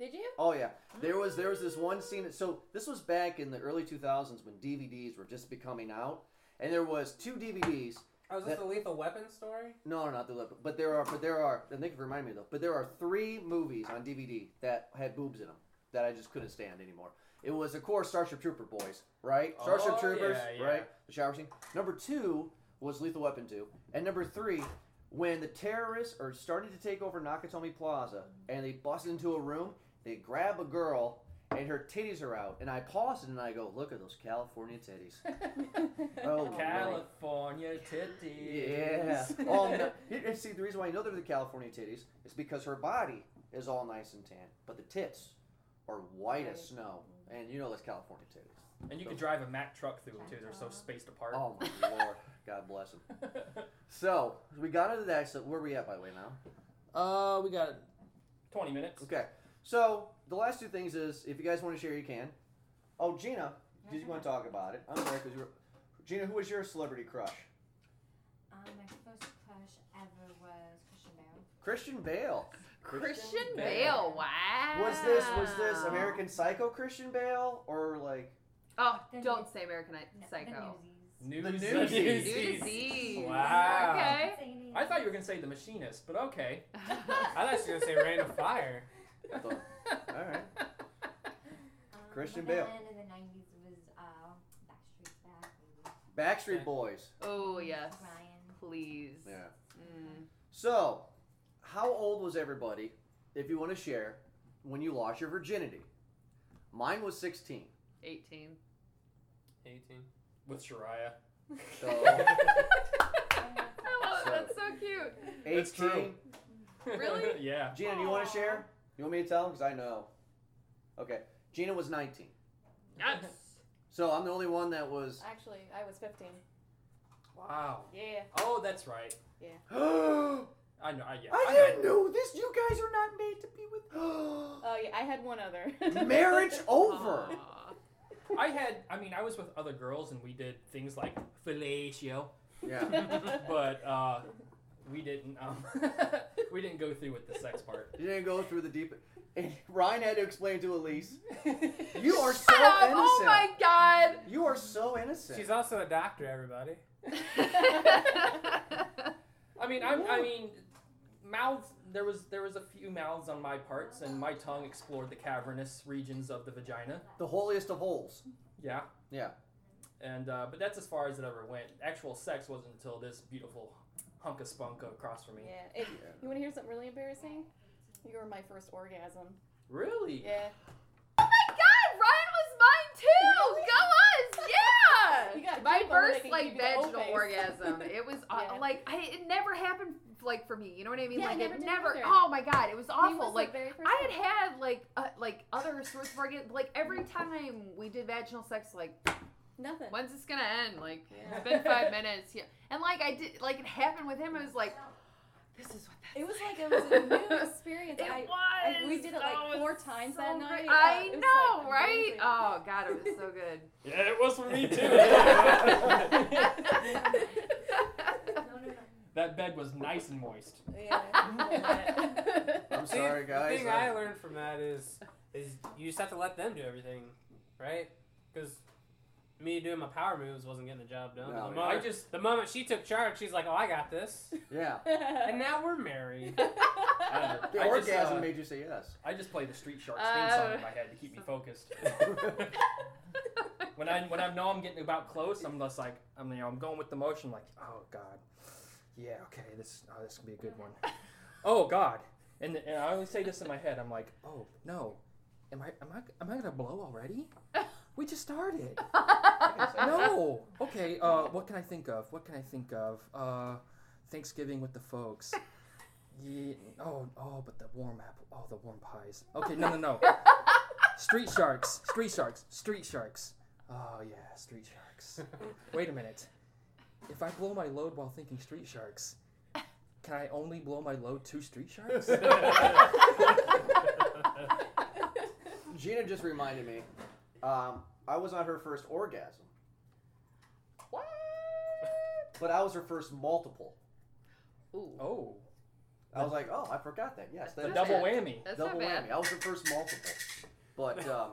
Did you? Oh yeah, there was there was this one scene. that- So this was back in the early 2000s when DVDs were just becoming out, and there was two DVDs. Oh, is this the Lethal Weapon story? No, no, not the lip, but there are, but there are. And they could remind me though. But there are three movies on DVD that had boobs in them that I just couldn't stand anymore. It was of course Starship Trooper boys, right? Starship Oh, Troopers, yeah, yeah. right? The shower scene. Number two was Lethal Weapon two, and number three. When the terrorists are starting to take over Nakatomi Plaza and they bust into a room, they grab a girl and her titties are out. And I pause it and I go, "Look at those California titties!" Oh, my California yeah. titties. All ni- Here- and see, the reason why you know they're the California titties is because her body is all nice and tan, but the tits are white as snow. And you know those California titties. and you could drive a Mack truck through them too. They're so spaced apart. Oh my lord. God bless them. So, we got into that. So, where are we at, by the way, now? Uh, we got Twenty minutes. Okay. So, the last two things is if you guys want to share, you can. Oh, Gina, did you want to talk about it? I'm sorry, because you were. Gina, who was your celebrity crush? Um, my first crush ever was Christian Bale. Christian Bale. Christian Christian Bale. Bale. Wow. Was this was this American Psycho Christian Bale or like Oh, The don't news- say American I- No, Psycho. The News. Newsies. Newsies. Wow. Okay. Newsies. I thought you were gonna say the machinist, but okay. I thought you were gonna say Rain of Fire. Alright. Um, Christian but Bale. then in the 90s was uh, Backstreet Back. baby. Backstreet Boys? oh yes. Ryan. Please. Yeah. Mm. So, how old was everybody, if you want to share, when you lost your virginity? Mine was 16. 18. 18. With Shariah. So, I love it. So- Oh, That's so cute. 18. That's true. Really? yeah. Gina, do you want to share? You want me to tell? Because I know. Okay. Gina was 19. Yes. So, I'm the only one that was. Actually, I was 15. Wow. Yeah. Oh, that's right. I I know. I, yeah. I know. didn't know this. You guys are not made to be with. Oh yeah, I had one other. Marriage Oh. over. Aw. I had. I mean, I was with other girls, and we did things like fellatio, Yeah. but uh, we didn't. Um, we didn't go through with the sex part. You didn't go through the deep. And Ryan had to explain to Elise. She's You are so Shut up! innocent. Oh my god. You are so innocent. She's also a doctor, everybody. Oh I mean, I'm, I mean, mouths. There was there was a few mouths on my parts, and my tongue explored the cavernous regions of the vagina. the holiest of holes. Yeah. Yeah. And uh, but that's as far as it ever went. Actual sex wasn't until this beautiful hunk of spunk across from me. Yeah. It- you want to hear something really embarrassing? You were my first orgasm. Really? Yeah. Oh my god, Ryan was mine too. Go us, yeah. You gotta Uh, My keep on first making like people go vaginal face. orgasm. It was aw- Yeah. like I, it never happened like for me. You know what I mean? Yeah, I like never it did never. either. Oh my god, it was He was awful. the Like very first I one. had had like uh, like other sorts of orgasm. Like every time we did vaginal sex, like nothing. when's this gonna end? Like Yeah. it's been five minutes. Yeah, and like I did, like it happened with him. I was like, this is what that's It was like it was a new experience. It I, was. I- we did it, like, That was four times so that great. night. I Uh, it was, know, like, right? amazing. Oh god, it was so good. Yeah, it was for me No, no, no. that bed was nice and moist. yeah. I'm See, sorry, guys. The thing I- I learned from that is, is you just have to let them do everything, right? Because me doing my power moves wasn't getting the job done. No, the, yeah. moment, I just- the moment she took charge, she's like, "Oh, I got this," yeah. and now we're married. I don't know. The I orgasm just, uh, made you say yes. I just play the Street Sharks theme song in my head to keep me focused. when I when I know I'm getting about close, I'm just like I'm you know I'm going with the motion. Like oh god, yeah okay this oh, this can be a good one. Oh god, and and I always say this in my head. I'm like oh no, am I am I am I gonna blow already? We just started. no. no. Okay. Uh, what can I think of? What can I think of? Uh, Thanksgiving with the folks. Yeah. Oh, oh, but the warm apple. Oh, the warm pies. Okay. No, no, no. Street sharks. Street sharks. Street sharks. Oh yeah, street sharks. Wait a minute. If I blow my load while thinking street sharks, can I only blow my load to street sharks? Gina just reminded me. Um, I was on her first orgasm, What? but I was her first multiple. Ooh. oh, I was like, oh, I forgot that. Yes, the that That's double it. whammy. That's double not bad. whammy. I was the first multiple, but um,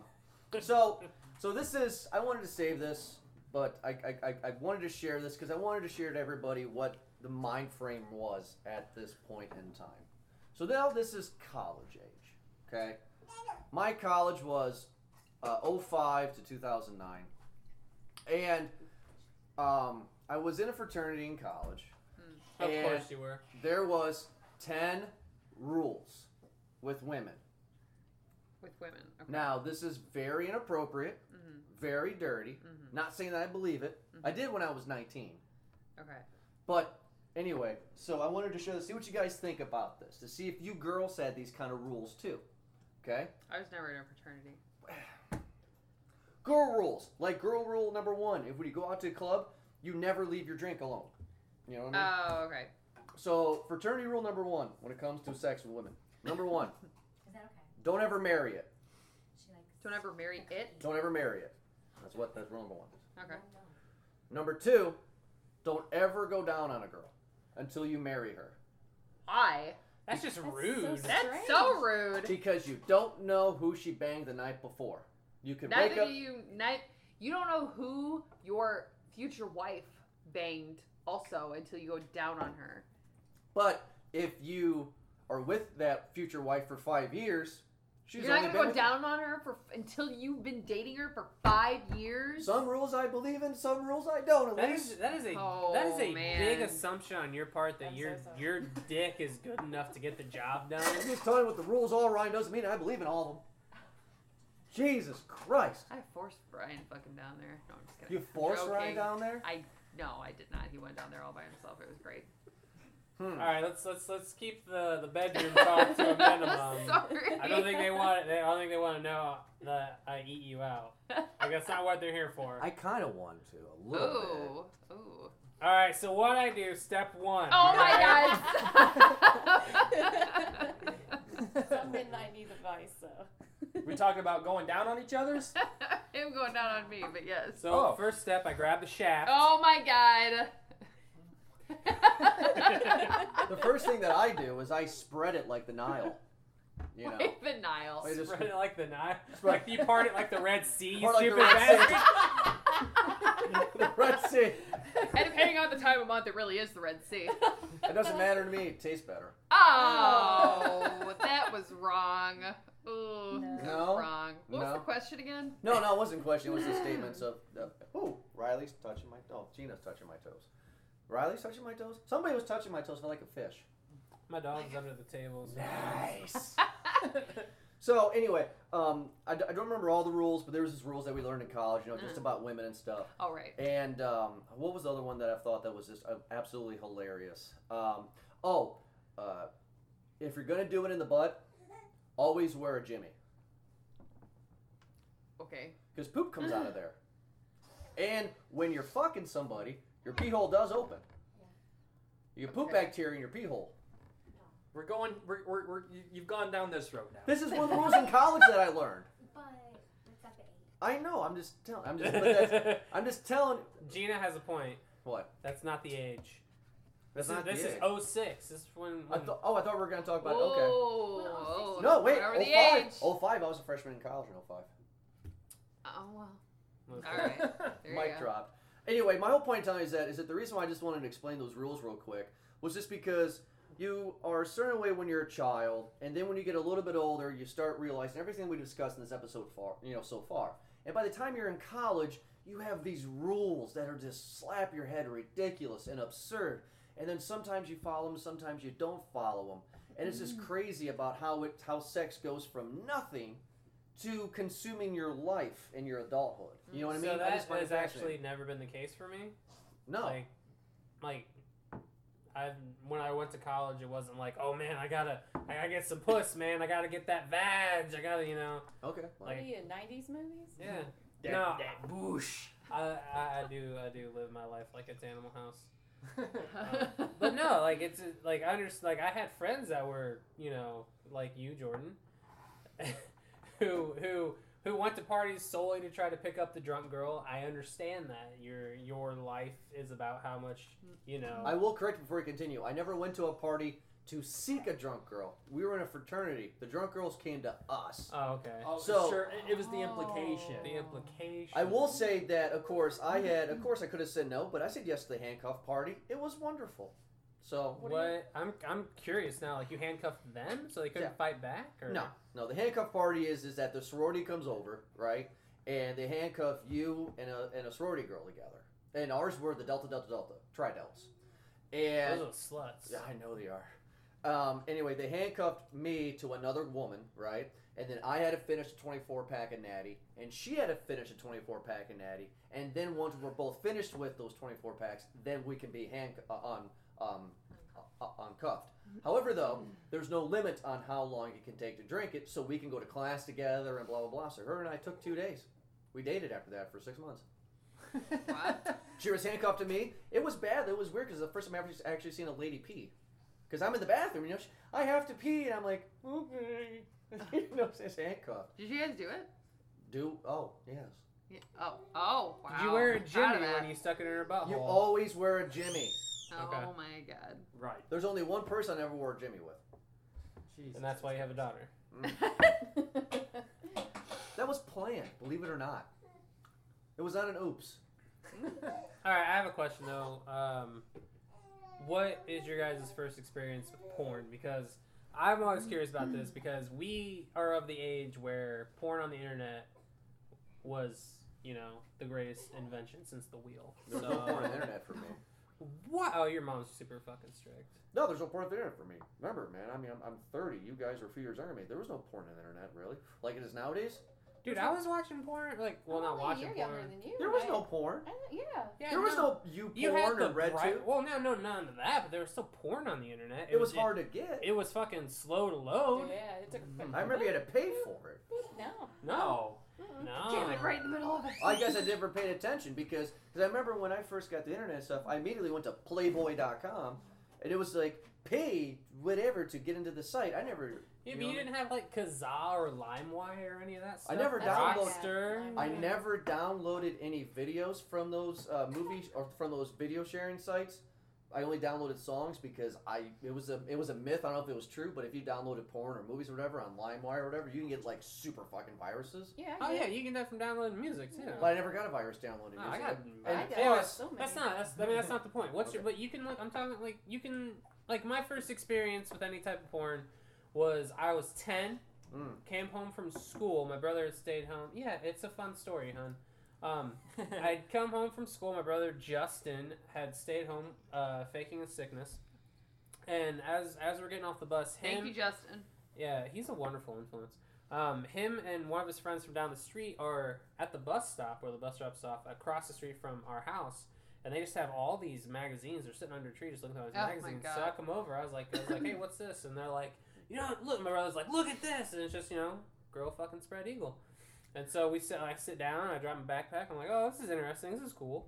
so so this is. I wanted to save this, but I I, I, I wanted to share this because I wanted to share to everybody what the mind frame was at this point in time. So now this is college age. Okay, my college was uh, 05 to 2009, and um, I was in a fraternity in college. Of And- course you were. There was ten rules with women. With women. Okay. Now, this is very inappropriate, Mhm. very dirty. Mhm. Not saying that I believe it. I did when I was 19. Okay. But anyway, so I wanted to show this, see what you guys think about this, to see if you girls had these kind of rules too. Okay? I was never in a fraternity. Girl rules. Like girl rule number one if when you go out to a club, you never leave your drink alone. You know what I mean? Oh, okay. so, fraternity rule number one when it comes to sex with women. Number one, Is that okay? don't ever marry it. She likes. Don't ever marry it. Don't ever marry it. That's what that's rule number one. Okay. No, no. Number two, don't ever go down on a girl until you marry her. I. That's just so rude. sad. That's Strange. so rude. Because you don't know who she banged the night before. You could wake Neither up. do you. Ni- you don't know who your future wife banged also until you go down on her. But if you are with that future wife for five years, she's You're not only gonna been go with- down on her for until you've been dating her for five years. Some rules I believe in, some rules I don't. At That is least that is a Oh, that is a big man. assumption on your part that I'm your so sorry. your dick is good enough to get the job done. I'm just telling you what the rules are. Ryan doesn't mean I believe in all of them. Jesus Christ! I forced Ryan fucking down there. No, I'm just kidding. You forced Ryan Joking. down there. I no, I did not. He went down there all by himself. It was great. Hmm. All right, let's let's let's keep the the bedroom talk to a minimum. Sorry. I don't think they want it. They, I don't think they want to know that I eat you out. Like that's not what they're here for. I kind of want to a Ooh, little bit. ooh. Oh All right, so what I do? Step one. my Something I need advice, so. We talking about going down on each other's? god. Him going down on me, but yes. So Oh. first step, I grab the shaft. Oh my god. The first thing that I do is I spread it like the Nile. You know. With the Nile. I just- Spread it like the knife. Spread- Like you part it like the Red Sea. You Part like the stupid Red bastard. the Red Sea. And depending on the time of month, it really is the Red Sea. It doesn't matter to me. It tastes better. Oh, that was wrong. Ooh, that No. was wrong. What was No. the question again? No, no, it wasn't questioning. It was the statements of, of oh, Riley's touching my oh, Gina's touching my toes. Riley's touching my toes. Somebody was touching my toes. I like a fish. My dog's under the table. so- Nice. so anyway, um, I, d- I don't remember all the rules, but there was these rules that we learned in college, you know, just Mhm. about women and stuff. All right. And um, what was the other one that I thought that was just uh, absolutely hilarious? Um, oh, uh, if you're gonna do it in the butt, always wear a jimmy Okay. because poop comes out of there. And when you're fucking somebody, your pee hole does open. You get poop Okay. bacteria in your pee hole. We're going. We're, we're, we're, you- you've gone down this road now. This is one of the rules in college that I learned. But that's up to I eight. know. I'm just telling. I'm just. But that's, I'm just telling. Gina has a point. What? That's not the age. That's This is, not the this age. is 06. This is when. I when thought oh, I thought we were gonna talk about. Okay. Oh, Well, No, wait. Oh. Over the 05. age. 05, I was a freshman in college in 05. Oh well. was- All right. There you Mic go. drop. Anyway, my whole point in telling you is that is that the reason why I just wanted to explain those rules real quick was just because you are a certain way when you're a child, and then when you get a little bit older, you start realizing everything we discussed in this episode far you know so far. And by the time you're in college, you have these rules that are just slap your head ridiculous and absurd. And then sometimes you follow them, sometimes you Mm-hmm. don't follow them. And it's just crazy about how it how sex goes from nothing to consuming your life in your adulthood. You know what I mean? So I that just find has it fascinating. actually never been the case for me. no. Like, like I've when I went to college, it wasn't like, oh man, I gotta, I gotta get some puss, man. I gotta get that vag. I gotta, you know. okay. What Like- are you, 90s movies? Yeah. That- no, that boosh. I, I, I do, I do live my life like it's Animal House. Um, But no, like it's like I understand. Like I had friends that were, you know, like you, Jordan, who who who went to parties solely to try to pick up the drunk girl. I understand that your your life is about how much you know. I will correct before we continue. I never went to a party to seek a drunk girl. We were in a fraternity. The drunk girls came to us. oh, okay. Oh, So- sure. It, it was the implication. Oh. The implication. I will say that, of course, I had, of course, I could have said no, but I said yes to the handcuff party. It was wonderful. So What? I'm I'm curious now. Like you handcuffed them so they couldn't Yeah. fight back, or No, no. The handcuff party is is that the sorority comes over, right? And they handcuff you and a, and a sorority girl together. And ours were the Delta Delta Delta tri delts. And Those are sluts. yeah, I know they are. Um, anyway, they handcuffed me to another woman, right? And then I had to finish a 24 pack of Natty, and she had to finish a 24 pack of Natty. And then once we're both finished with those 24 packs, then we can be hand uh, on um, uh, uncuffed. However, though, there's no limit on how long it can take to drink it, so we can go to class together and blah blah blah. So her and I took two days. We dated after that for six months. She was handcuffed to me. It was bad. It was weird because the first time I ever actually seen a lady pee. Because I'm in the bathroom, you know, she, I have to pee, and I'm like, okay. you know, she's handcuffed. Did you guys do it? Do oh yes. Yeah. Oh, oh, wow. Did you wear a I'm proud of jimmy that. when you stuck it in her butthole? You always wear a jimmy. Oh Okay. my god. Right. There's only one person I never wore a jimmy with. Jesus. and that's why you have a daughter. That was planned, believe it or not. It was not an oops. All right, I have a question though. Um, what is your guys' first experience with porn? Because I'm always curious about this because we are of the age where porn on the internet was, you know, the greatest invention since the wheel. There's no porn on the So, uh, internet for me. what? Oh, your mom's super fucking strict. No, there's no porn on the internet for me. Remember, man, I mean, I'm, I'm 30. You guys are a few years younger than me. There was no porn on the internet, really. Like it is nowadays. Dude, I was watching porn. Like, well, not I'm only a watching year porn. younger than you. There was right? no porn. I don't- yeah. Yeah, There was no you You had porn the or red bright- tube. Well, no, no, none of that. But there was still porn on the internet. It was hard to get. It, was fucking slow to load. Yeah, it took a quick- Oh. Hmm. I remember you had to pay for it. No. Uh-uh. No, Mm-mm. no. Came in right in the middle of it. I guess I never paid attention because cause I remember when I first got the internet and stuff, I immediately went to Playboy.com and it was like pay whatever to get into the site. I never, Yeah, You but know you didn't have like Kazaa or LimeWire or any of that stuff. never That's downloaded- Rockster. I never downloaded any videos from those uh, movies or from those video sharing sites. I only downloaded songs because I it was a it was a myth. I don't know if it was true, but if you downloaded porn or movies or whatever on LimeWire or whatever, you can get like super fucking viruses. Yeah. Oh I yeah, did. you can do that from downloading music too. But I never got a virus downloading. Oh, I music. got. I And got anyways, so many. that's not. That's, I mean, that's not the point. What's your? Okay. But you can like. I'm talking like you can like my first experience with any type of porn was I was ten, Mm. came home from school. My brother had stayed home. Yeah, it's a fun story, hun. Um, I'd come home from school. My brother Justin had stayed home, uh, faking a sickness, and as as we're getting off the bus, him Thank you, Justin. yeah, he's a wonderful influence. Um, him and one of his friends from down the street are at the bus stop where the bus drops off across the street from our house, and they just have all these magazines. They're sitting under a tree just looking at all these Oh my magazines. God. So I come over, I was like, I was like, hey, what's this? And they're like, you know, look. My brother's like, look at this, and it's just you know, girl fucking spread eagle. And so we sit, I sit down, I drop my backpack. I'm like, oh, this is interesting. This is cool.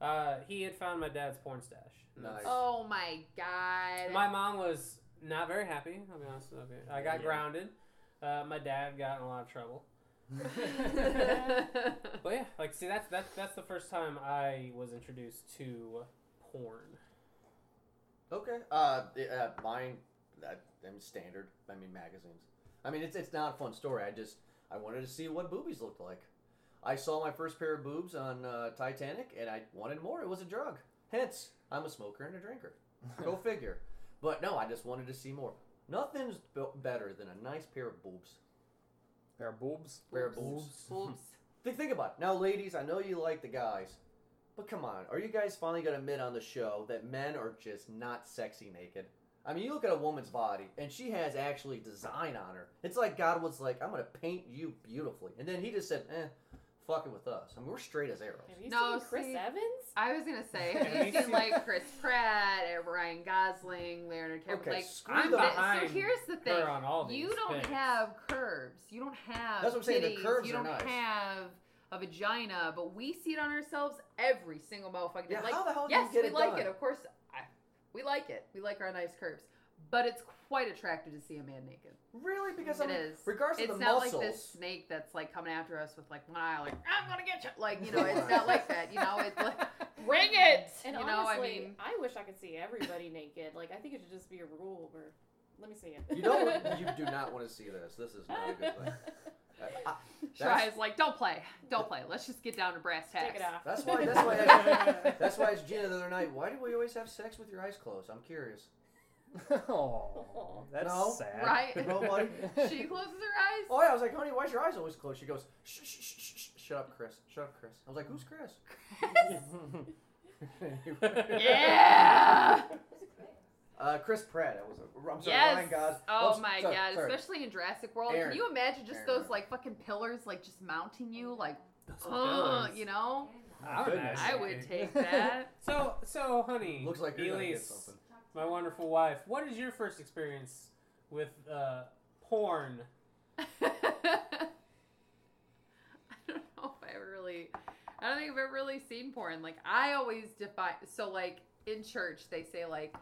Uh, he had found my dad's porn stash. And that's- Nice. Oh my god. my mom was not very happy. I'll be honest. With you. I got Yeah. grounded. Uh, my dad got in a lot of trouble. But yeah, like see, that's that's that's the first time I was introduced to porn. Okay. Uh, the- uh mine, I, am standard. I mean, magazines. I mean, it's it's not a fun story. I just I wanted to see what boobies looked like. I saw my first pair of boobs on uh, Titanic, and I wanted more. It was a drug. Hence, I'm a smoker and a drinker. Go figure. But no, I just wanted to see more. Nothing's b- better than a nice pair of boobs. Pair of boobs. Pair of boobs. Oops. Think, think about it. Now, ladies, I know you like the guys, but come on. Are you guys finally going to admit on the show that men are just not sexy naked? I mean, you look at a woman's body, and she has actually design on her. It's like God was like, "I'm gonna paint you beautifully," and then He just said, "Eh, fuck it with us." I mean, we're straight as arrows. Have you No, seen Chris see- Evans? I was gonna say, Have have you you seen like Chris Pratt, and Ryan Gosling, Leonard Capra? Okay, like, screw I'm the- th- behind so here's the thing: Her on all these you don't things. have curves. You don't have. That's what I'm saying, the titties, curves You are don't nice. have a vagina, but we see it on ourselves every single motherfucking day. Yeah, Like, how the hell do yes, you Oh, get we it like done? it. Of course, I, we like it. We like our nice curves, but it's quite attractive to see a man naked. Really? Because I It mean, is. regardless It's of the not muscles, like this snake that's like coming after us with like one eye, like I'm gonna get you. Like you know, it's not like that. You know, it's like bring it. And you know, honestly, I mean, wish I could see everybody naked. Like, I think it should just be a rule where, let me see it. you don't. You do not want to see this. This is not a good thing. I- I- Shai's like, don't play, don't play. Let's just get down to brass tacks. Take it off. that's why. That's why. I, that's why I asked Gina the other night. Why do we always have sex with your eyes closed? I'm curious. oh, that's No. sad. Right? Nobody. She closes her eyes. Oh yeah, I was like, honey, why's your eyes always closed? She goes, shh, shh, shh, shh, shh, shut up, Chris. Shut up, Chris. I was like, who's Chris? Yeah. Uh, Chris Pratt. I was. A, I'm sorry, yes. Ryan Gos. Oh s- my sorry, god, sorry. especially in Jurassic World. Aaron. Can you imagine just Aaron those Rodgers. like fucking pillars, like just mounting you, like, Those ugh, pillows. Oh, you know? I would, Goodness. I would take that. So, so, honey, Looks like you're gonna get Elise, something. my wonderful wife, what is your first experience with uh, porn? I don't know if I ever really. I don't think I've ever really seen porn. Like I always define. So like in church, they say like.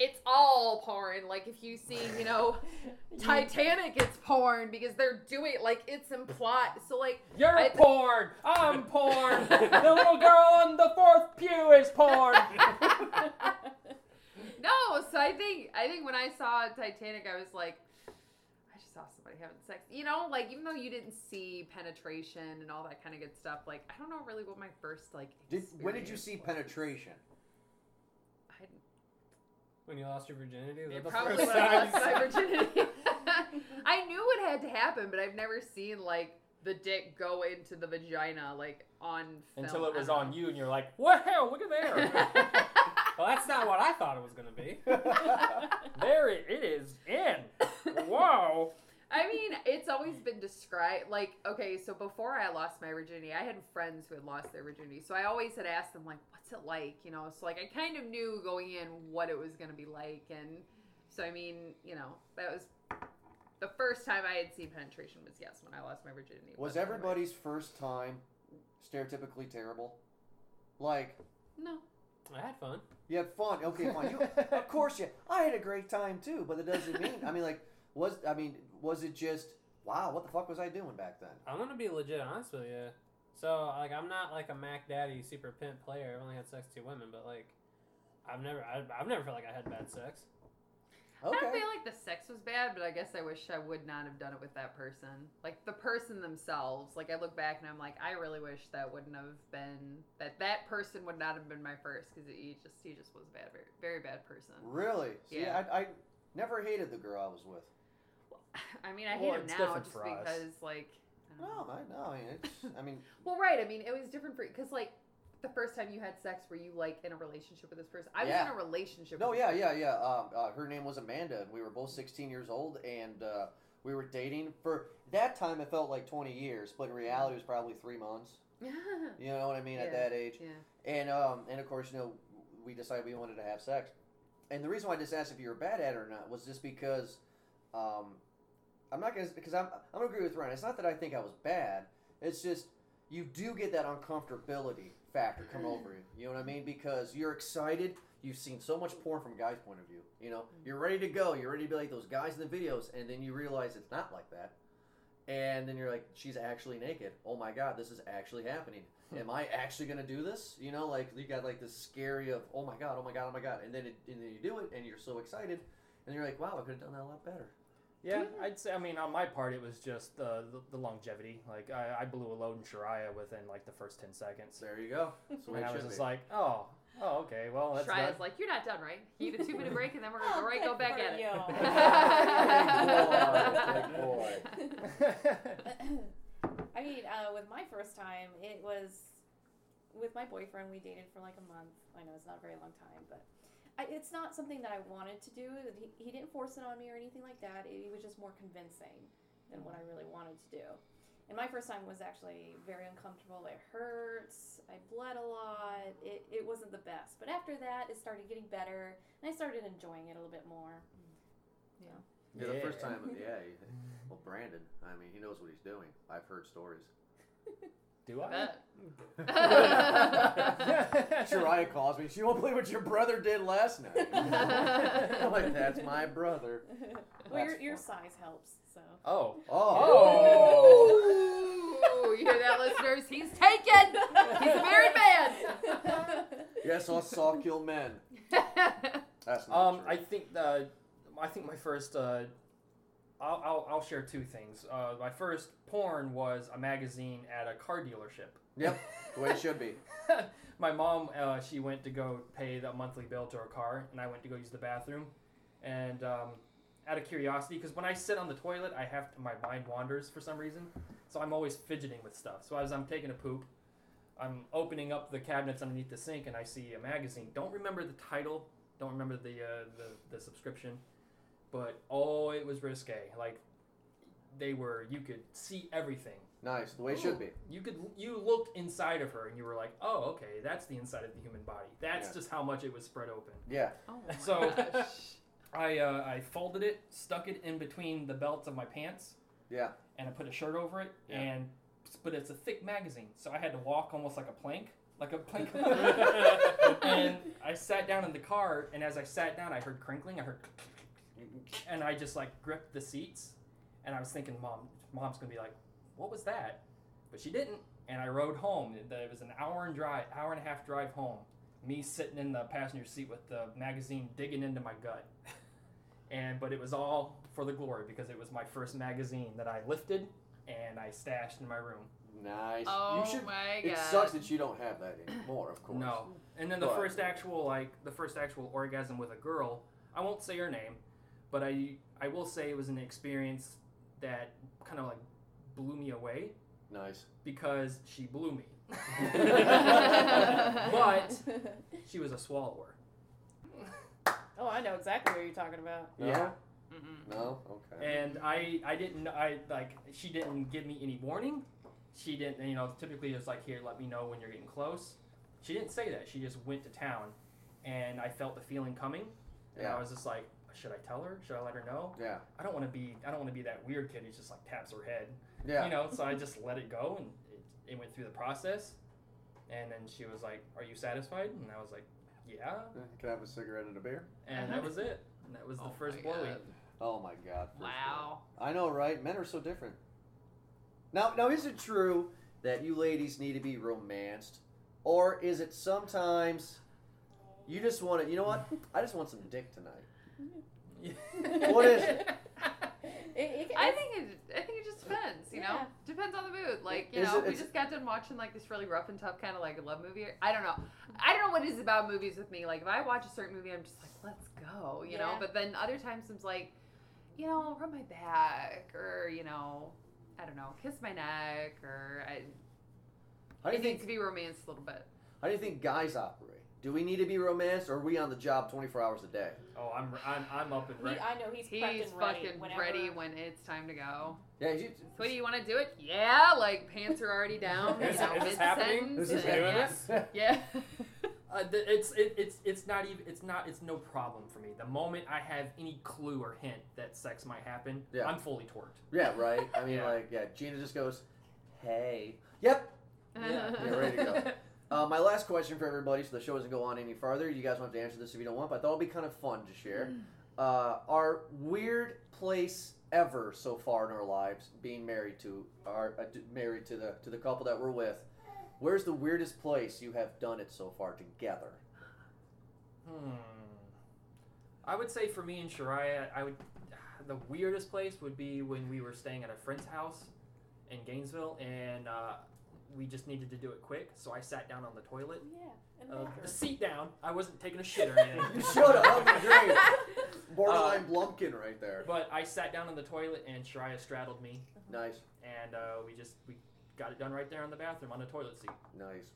It's all porn. Like if you see, you know, Titanic, it's porn because they're doing like it's implied. So like You're I- porn. I'm porn. the little girl on the fourth pew is porn. No, so I think I think when I saw Titanic, I was like, I just saw somebody having sex. You know, like even though you didn't see penetration and all that kind of good stuff, like I don't know really what my first like. Did, when did you experience see was. penetration? I, when you lost your virginity, is that it the probably first when I lost time? my virginity. I knew it had to happen, but I've never seen like the dick go into the vagina like on film. Until it I was don't on know. you and you're like, Wow, look at there. I well, that's not what I thought it was gonna be. there it, it is in. Wow. mean, it's always been described like okay. So before I lost my virginity, I had friends who had lost their virginity, so I always had asked them like, "What's it like?" You know, so like I kind of knew going in what it was going to be like, and so I mean, you know, that was the first time I had seen penetration was yes when I lost my virginity. It Was wasn't otherwise. everybody's first time stereotypically terrible? Like, no? I had fun. you had fun. Okay, fine. You, of course, you. I had a great time too, but it doesn't mean. I mean, like, was I mean, was it just wow? What the fuck was I doing back then? I'm gonna be legit honest with you. So like I'm not like a Mac Daddy super pimp player. I've only had sex with two women, but like I've never I, I've never felt like I had bad sex. Okay. I don't feel like the sex was bad, but I guess I wish I would not have done it with that person. Like the person themselves. Like I look back and I'm like, I really wish that wouldn't have been that that person would not have been my first because he just he just was a bad, very, very bad person. Really? See, Yeah. I, I never hated the girl I was with. I mean, I hate Well, him it's now different just for us. because like. I don't No, know. I, no, I mean, it's, I mean, Well, right. I mean, it was different for because like the first time you had sex, were you like in a relationship with this person? I was Yeah. in a relationship. no, with yeah, yeah, yeah. Um, uh, her name was Amanda, and we were both 16 years old, and uh, we were dating for that time. It felt like 20 years, but in reality, it was probably three months. You know what I mean? At Yeah. that age, yeah. and um, and of course, you know, we decided we wanted to have sex, and the reason why I just asked if you were bad at it or not was just because, um, I'm not gonna because I'm I'm gonna agree with Ryan. It's not that I think I was bad. It's just you do get that uncomfortability factor come over you. You know what I mean? Because you're excited. You've seen so much porn from a guy's point of view. You know, you're ready to go. You're ready to be like those guys in the videos, and then you realize it's not like that. And then you're like, she's actually naked. Oh my god, this is actually happening. Am I actually gonna do this? You know, like you got like this scary of, oh my god, oh my god, oh my god, and then it, and then you do it, and you're so excited, and you're like, wow, I could have done that a lot better. Yeah, I'd say. I mean, on my part, it was just the the, the longevity. Like I, I blew a load in Sharia within like the first ten seconds, There you go. That's the way and it I was should just be. like, oh, oh, okay, well that's Shraya's not. like, you're not done, right? You need a two minute break, and then we're gonna go right go Oh, good back for at Big it. y'all. boy, big I mean, uh, with my first time, it was with my boyfriend. We dated for like a month. I know it's not a very long time, but I, it's not something that I wanted to do. He, he didn't force it on me or anything like that. It, it was just more convincing than what I really wanted to do. And my first time was actually very uncomfortable. It hurts. I bled a lot. It, it wasn't the best. But after that, it started getting better, and I started enjoying it a little bit more. Yeah, the first Yeah. time, yeah. you- Well, Brandon, I mean, he knows what he's doing. I've heard stories. Do I? That- Shariah calls me. She won't believe what your brother did last night. I'm like, that's my brother. well, your, That's your fun. size helps, so. Oh. Oh. Ooh, you hear that, listeners? He's taken. He's a married man. Yes, I saw kill men. That's not Um, true. I think uh, I think my first uh, I'll, I'll I'll share two things. Uh, my first porn was a magazine at a car dealership. Yep, the way it should be. my mom, uh, she went to go pay the monthly bill to her car, and I went to go use the bathroom. And um, out of curiosity, because when I sit on the toilet, I have to, my mind wanders for some reason, so I'm always fidgeting with stuff. So as I'm taking a poop, I'm opening up the cabinets underneath the sink, and I see a magazine. Don't remember the title. Don't remember the uh, the, the subscription, but oh, it was risque. Like they were, you could see everything. Nice, the way it should be. You could you looked inside of her and you were like, oh, okay, that's the inside of the human body. That's Yeah. just how much it was spread open. Yeah. oh my So- gosh. I uh, I folded it, stuck it in between the belts of my pants. Yeah. And I put a shirt over it, Yeah. and but it's a thick magazine, so I had to walk almost like a plank, like a plank. and I sat down in the car, and as I sat down, I heard crinkling. I heard, and I just like gripped the seats, and I was thinking, mom, mom's gonna be like, what was that? But she didn't, and I rode home. It, it was an hour and drive, hour and a half drive home. Me sitting in the passenger seat with the magazine digging into my gut, and but it was all for the glory because it was my first magazine that I lifted and I stashed in my room. Nice. Oh you should. my god. It sucks that you don't have that anymore, of course. No. And then the But- first actual like the first actual orgasm with a girl, I won't say her name, but I I will say it was an experience that kind of like blew me away Nice. because she blew me. But- She was a swallower. oh, I know exactly what you're talking about. Yeah? Mm-mm. No? Okay. And I I didn't I like she didn't give me any warning. She didn't you know typically it's like here let me know when you're getting close. She didn't say that. She just went to town, and I felt the feeling coming. And Yeah. I was just like, should I tell her? Should I let her know? Yeah. I don't want to be I don't want to be that weird kid who just like taps her head. Yeah. You know, so I just let it go and it, it went through the process. And then she was like, "Are you satisfied?" And I was like, "Yeah." Can I have a cigarette and a beer? And that was it. And that was the Uh-huh. Oh first my blowy. God. Oh my god. first world. Wow. I know, right? Men are so different. Now, now, is it true that you ladies need to be romanced, or is it sometimes you just want to? You know what? I just want some dick tonight. What is it? It, it, I it's- think it. I think it just depends. You know, Yeah. depends on the mood. Like you Is know, it- we it's- just got done watching like this really rough and tough kind of like love movie. I don't know. I don't know what it is about movies with me. Like if I watch a certain movie, I'm just like, let's go. You know. Yeah. But then other times I'm like, you know, rub my back or you know, I don't know, kiss my neck or I, How do it you needs to think? be romanced a little bit. How do you think guys operate? Do we need to be romanced, or are we on the job twenty four hours a day? Oh, I'm I'm, I'm up and he, ready. I know he's, He's prepped and ready. fucking whenever- ready when it's time to go. Yeah. You, So what do you want to do it? Yeah, like pants are already down. Is you it- know, is this happening? mid-sentence, this is and doing yeah. this? Yeah. Uh, th- it's it, it's it's not even it's not it's no problem for me. The moment I have any clue or hint that sex might happen, Yeah. I'm fully torqued. Yeah. Right. I mean, Yeah. like, yeah. Gina just goes, "Hey." Yep. Yeah, you're ready to go. Uh, my last question for everybody, so the show doesn't go on any farther. You guys don't have to answer this if you don't want, but I thought it'd be kind of fun to share. Mm. Uh, our weird place ever so far in our lives, being married to our uh, d- married to the to the couple that we're with. Where's the weirdest place you have done it so far together? Hmm. I would say for me and Shariah, I would the weirdest place would be when we were staying at a friend's house in Gainesville, and uh, we just needed to do it quick. So I sat down on the toilet, Yeah, in the uh, bathroom. the seat down. I wasn't taking a shit or anything. You showed up. Great. Borderline Uh, Blumpkin right there. But I sat down on the toilet, and Shariah straddled me, Nice, and uh, we just we got it done right there in the bathroom on the toilet seat. nice.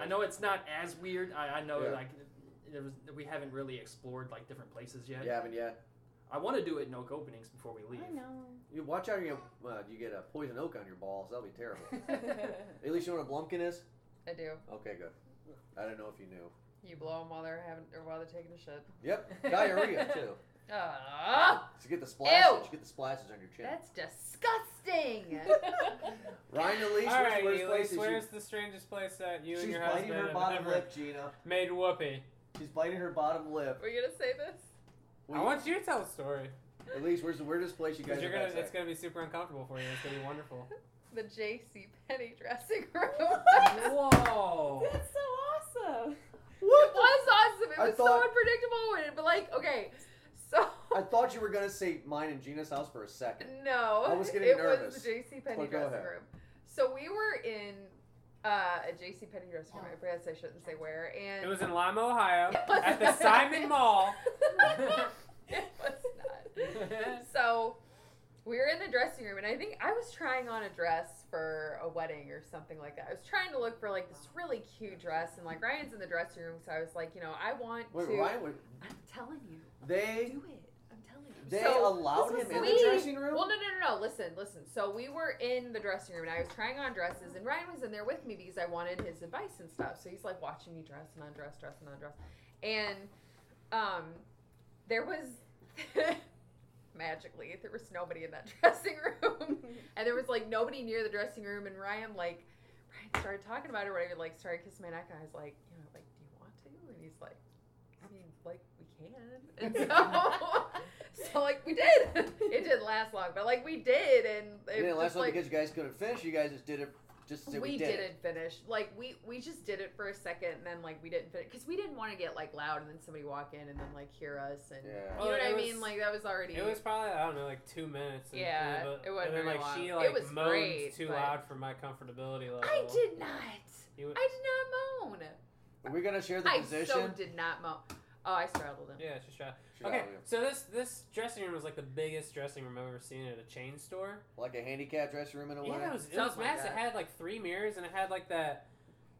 I know it's not as weird. I, I know Yeah. like there was we haven't really explored like different places yet. You haven't yet. I want to do it in oak openings before we leave. I know. You watch out, you uh, you get a poison oak on your balls. That'll be terrible. At least you know what a blumpkin is. I do. Okay, good. I don't know if you knew. You blow them while they're having or while they're taking a shit. Yep, diarrhea too. Ah, So you get the splashes. Ew. You get the splashes on your chin. that's disgusting. Ryan and Elise, All right, where's Elise, places you- where's the strangest place that you and She's your biting husband her have bottom ever lip, Gina. made whoopee? She's biting her bottom lip. We're gonna say this. Wait, I want you to tell the story Elise, where's the weirdest place you guys because you're have gonna. had sex? It's gonna be super uncomfortable for you. It's gonna be wonderful. The J.C. Penny dressing room. Whoa! That's so awesome. It was awesome. It I was so thought- unpredictable. and- But like, okay, so I thought you were gonna say mine and Gina's house for a second. no, I was getting it nervous. was the J.C. Penny But go dressing ahead. room. So we were in uh, a J.C. Penny dressing room. I guess I shouldn't say where. And It was in Lima, Ohio, It was- at the Simon Mall. it was not. So we were in the dressing room, and I think I was trying on a dress for a wedding or something like that. I was trying to look for like this really cute dress, and like Ryan's in the dressing room, so I was like, you know, I want Wait, to. Ryan, wait, I'm telling you, they do it. I'm telling you. they So- allowed this him was in the sweet. dressing room. well, no, no, no, no. Listen, listen. So we were in the dressing room, and I was trying on dresses, and Ryan was in there with me because I wanted his advice and stuff. So he's like watching me dress and undress, dress and undress, and um, there was magically there was nobody in that dressing room, and there was like nobody near the dressing room, and Ryan like Ryan started talking about it, or whatever, like started kissing my neck, and I was like, you know, like, do you want to? And he's like. I mean, like we can, and so so like we did. It didn't last long, but like we did, and It didn't last just, long like, because you guys couldn't finish. You guys just did it. Just said we, did it. not finish. Like we we just did it for a second, and then like we didn't finish because we didn't want to get like loud, and then somebody walk in and then like hear us, and Yeah. you Well, know what it I was- mean. Like that was already. It was probably I don't know, like two minutes. and- Yeah, and but- it wasn't And then very like she long. like It was moaned great, too but- loud for my comfortability level. I did not. You would- I did not moan. Are we gonna share the I position? so did not moan. Oh, I straddled him. Yeah, she tried. Should Okay, I- so this this dressing room was like the biggest dressing room I've ever seen at a chain store. Like a handicap dressing room in a way. Yeah, it was, it Sounds was like massive. that. It had like three mirrors, and it had like that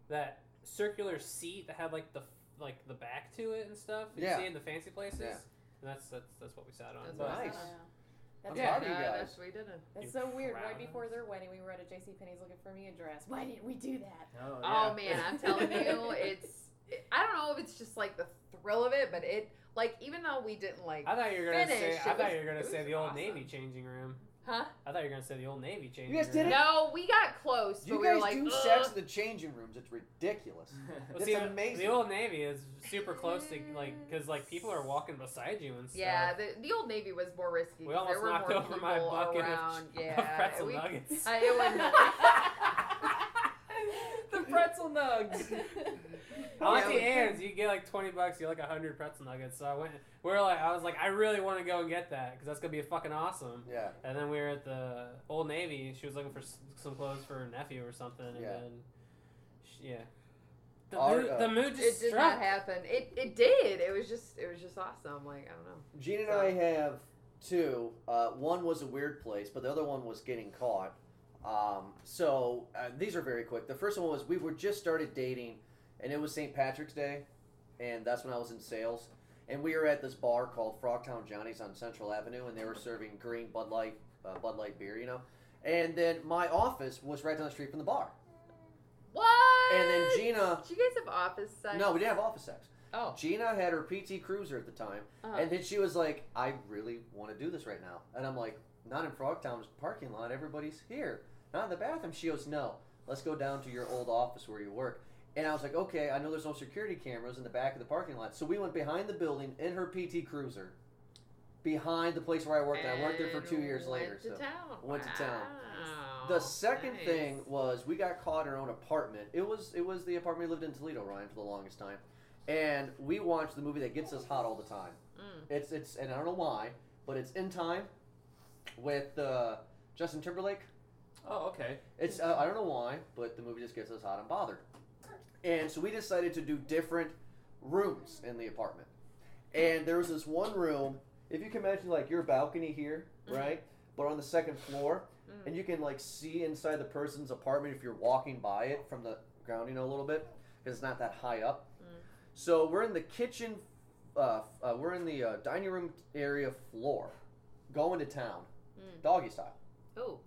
that circular seat that had like the like the back to it and stuff. You Yeah. see in the fancy places. Yeah. And that's that's that's what we sat on. That's But- what I Nice. Wow. That's, Yeah. Yeah, proud of you guys. that's Uh, we did it. that's You so weird. Right frown. before their wedding, we were at a JC Penney's looking for me a dress. Why didn't we do that? Oh, Oh yeah. man, I'm telling you, it's. I don't know if it's just like the thrill of it, but it like even though we didn't like, I thought you were gonna say Finish, I it thought was- you were it gonna was say the old awesome. navy changing room. huh? I thought you were gonna say the old navy changing guys room. did it? No, we got close, but You we were guys like, do "Ugh." sex in the changing rooms. It's ridiculous. Well, That's see, the- amazing. The old navy is super close to like because like people are walking beside you and stuff. Yeah, the, the old navy was more risky. We 'cause almost there were knocked more over my people bucket of- around. of yeah, pretzel we- nuggets. I- it the pretzel nugs. Auntie Yeah, Anne's, you get like twenty bucks, you get like hundred pretzel nuggets. So I went. We were like, I was like, I really want to go and get that because that's gonna be fucking awesome. Yeah. And then we were at the Old Navy. and She was looking for s- some clothes for her nephew or something. And Yeah. then, she, yeah. The, Our, mood, uh, the mood it just did struck. not happen. It it did. It was just it was just awesome. Like I don't know. Gene and I have two. Uh, one was a weird place, but the other one was getting caught. Um, so uh, these are very quick. The first one was we were just started dating, and it was St. Patrick's Day, and that's when I was in sales. And we were at this bar called Frogtown Johnny's on Central Avenue, and they were serving green Bud Light, uh, Bud Light beer, you know. And then my office was right down the street from the bar. What? And then Gina, Did you guys have office sex? no, we didn't have office sex. Oh. Gina had her PT Cruiser at the time. Uh-huh. And then she was like, I really want to do this right now. And I'm like, not in Frogtown's parking lot. Everybody's here. Not in the bathroom. She goes, no. Let's go down to your old office where you work. And I was like, okay, I know there's no security cameras in the back of the parking lot. So we went behind the building in her PT Cruiser behind the place where I worked. And I worked there for two And years went later. To so. town. Went to town. Wow. The second Nice. thing was we got caught in our own apartment. It was it was the apartment we lived in Toledo, Ryan, for the longest time, and we watched the movie that gets us hot all the time. Mm. It's it's and I don't know why, but it's in time with uh, Justin Timberlake. Oh, okay. It's uh, I don't know why, but the movie just gets us hot and bothered. And so we decided to do different rooms in the apartment. And there was this one room. If you can imagine, like your balcony here, right? But on the second floor, Mm-hmm. Mm. and you can like see inside the Mm. person's apartment if you're walking by it from the ground, you know, a little bit because it's not that high up. So we're in the kitchen. Uh, uh, we're in the uh, dining room area floor, going to town, Mm. doggy style. Ooh.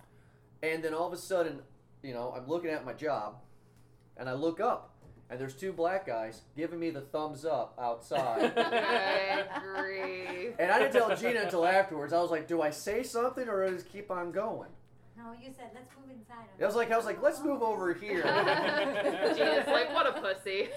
And then all of a sudden, you know, I'm looking at my job, and I look up, and there's two black guys giving me the thumbs up outside. Agree. and I didn't tell Gina until afterwards. I was like, "Do I say something or just keep on going?" No, you said let's move inside. I was like, "I was like, let's move over here." Gina's like, what a pussy.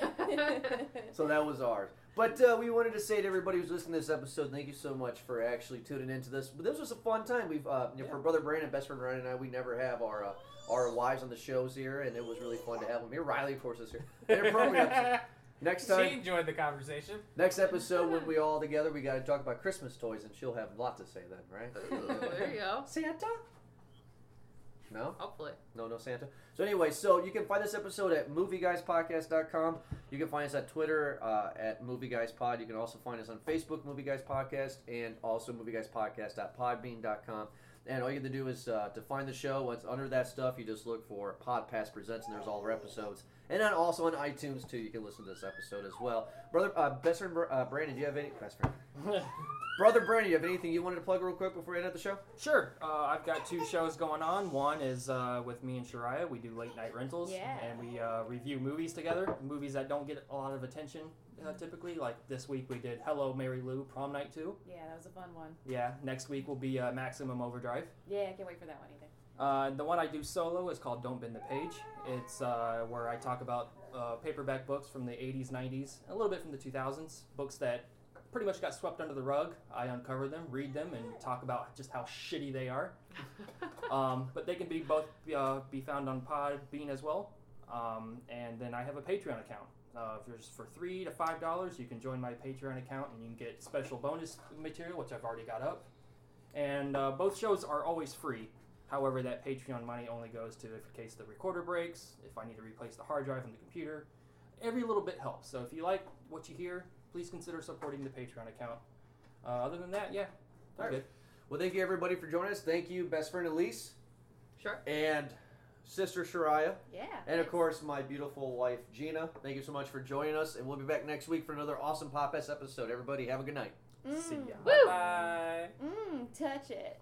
so that was ours. But uh, we wanted to say to everybody who's listening to this episode, thank you so much for actually tuning into this. But this was a fun time. We've uh, you know, for brother Brandon, best friend Ryan, and I, we never have our uh, our wives on the shows here, and it was really fun to have them here. Riley, of course, is here. They're programmed. Next she time, enjoyed the conversation. next episode, when we all together, we got to talk about Christmas toys, and she'll have a lot to say then, Ooh, right? there you go. Santa. No. Hopefully. No, no Santa. So anyway, so you can find this episode at movieguyspodcast.com. You can find us at Twitter uh, at movieguyspod. You can also find us on Facebook, Movie Guys Podcast, and also movieguyspodcast.podbean.com. And all you have to do is uh, to find the show. Once under that stuff, you just look for Podcast Presents, and there's all our episodes. And then also on iTunes too, you can listen to this episode as well. Brother, uh, best friend uh, Brandon, do you have any best friend? Brother Brandon, do you have anything you wanted to plug real quick before we end out the show? Sure. Uh, I've got two shows going on. One is uh, with me and Shariah. We do late night rentals, Yeah. and we uh, review movies together. Movies that don't get a lot of attention uh, typically. Like this week, we did Hello Mary Lou Prom Night Two. Yeah, that was a fun one. Yeah. Next week will be uh, Maximum Overdrive. Yeah, I can't wait for that one either. Uh, the one I do solo is called Don't Bend the Page. It's uh, where I talk about uh, paperback books from the 80s, 90s, a little bit from the 2000s, books that pretty much got swept under the rug. I uncover them, read them, and talk about just how shitty they are. Um, but they can be both uh, be found on Podbean as well. Um, and then I have a Patreon account. Uh, if there's for three to five dollars, you can join my Patreon account and you can get special bonus material, which I've already got up. And uh, both shows are always free. However, that Patreon money only goes to if in case the recorder breaks, if I need to replace the hard drive on the computer. Every little bit helps. So if you like what you hear, please consider supporting the Patreon account. Uh, other than that, yeah, I'm Alright. good. Well, thank you everybody for joining us. Thank you, best friend Elise. Sure. and sister Shariah, Yeah. and of course my beautiful wife Gina. Thank you so much for joining us, and we'll be back next week for another Mm, awesome Pop S episode. Everybody, have a good night. See ya. Woo! Bye. Mm, touch it.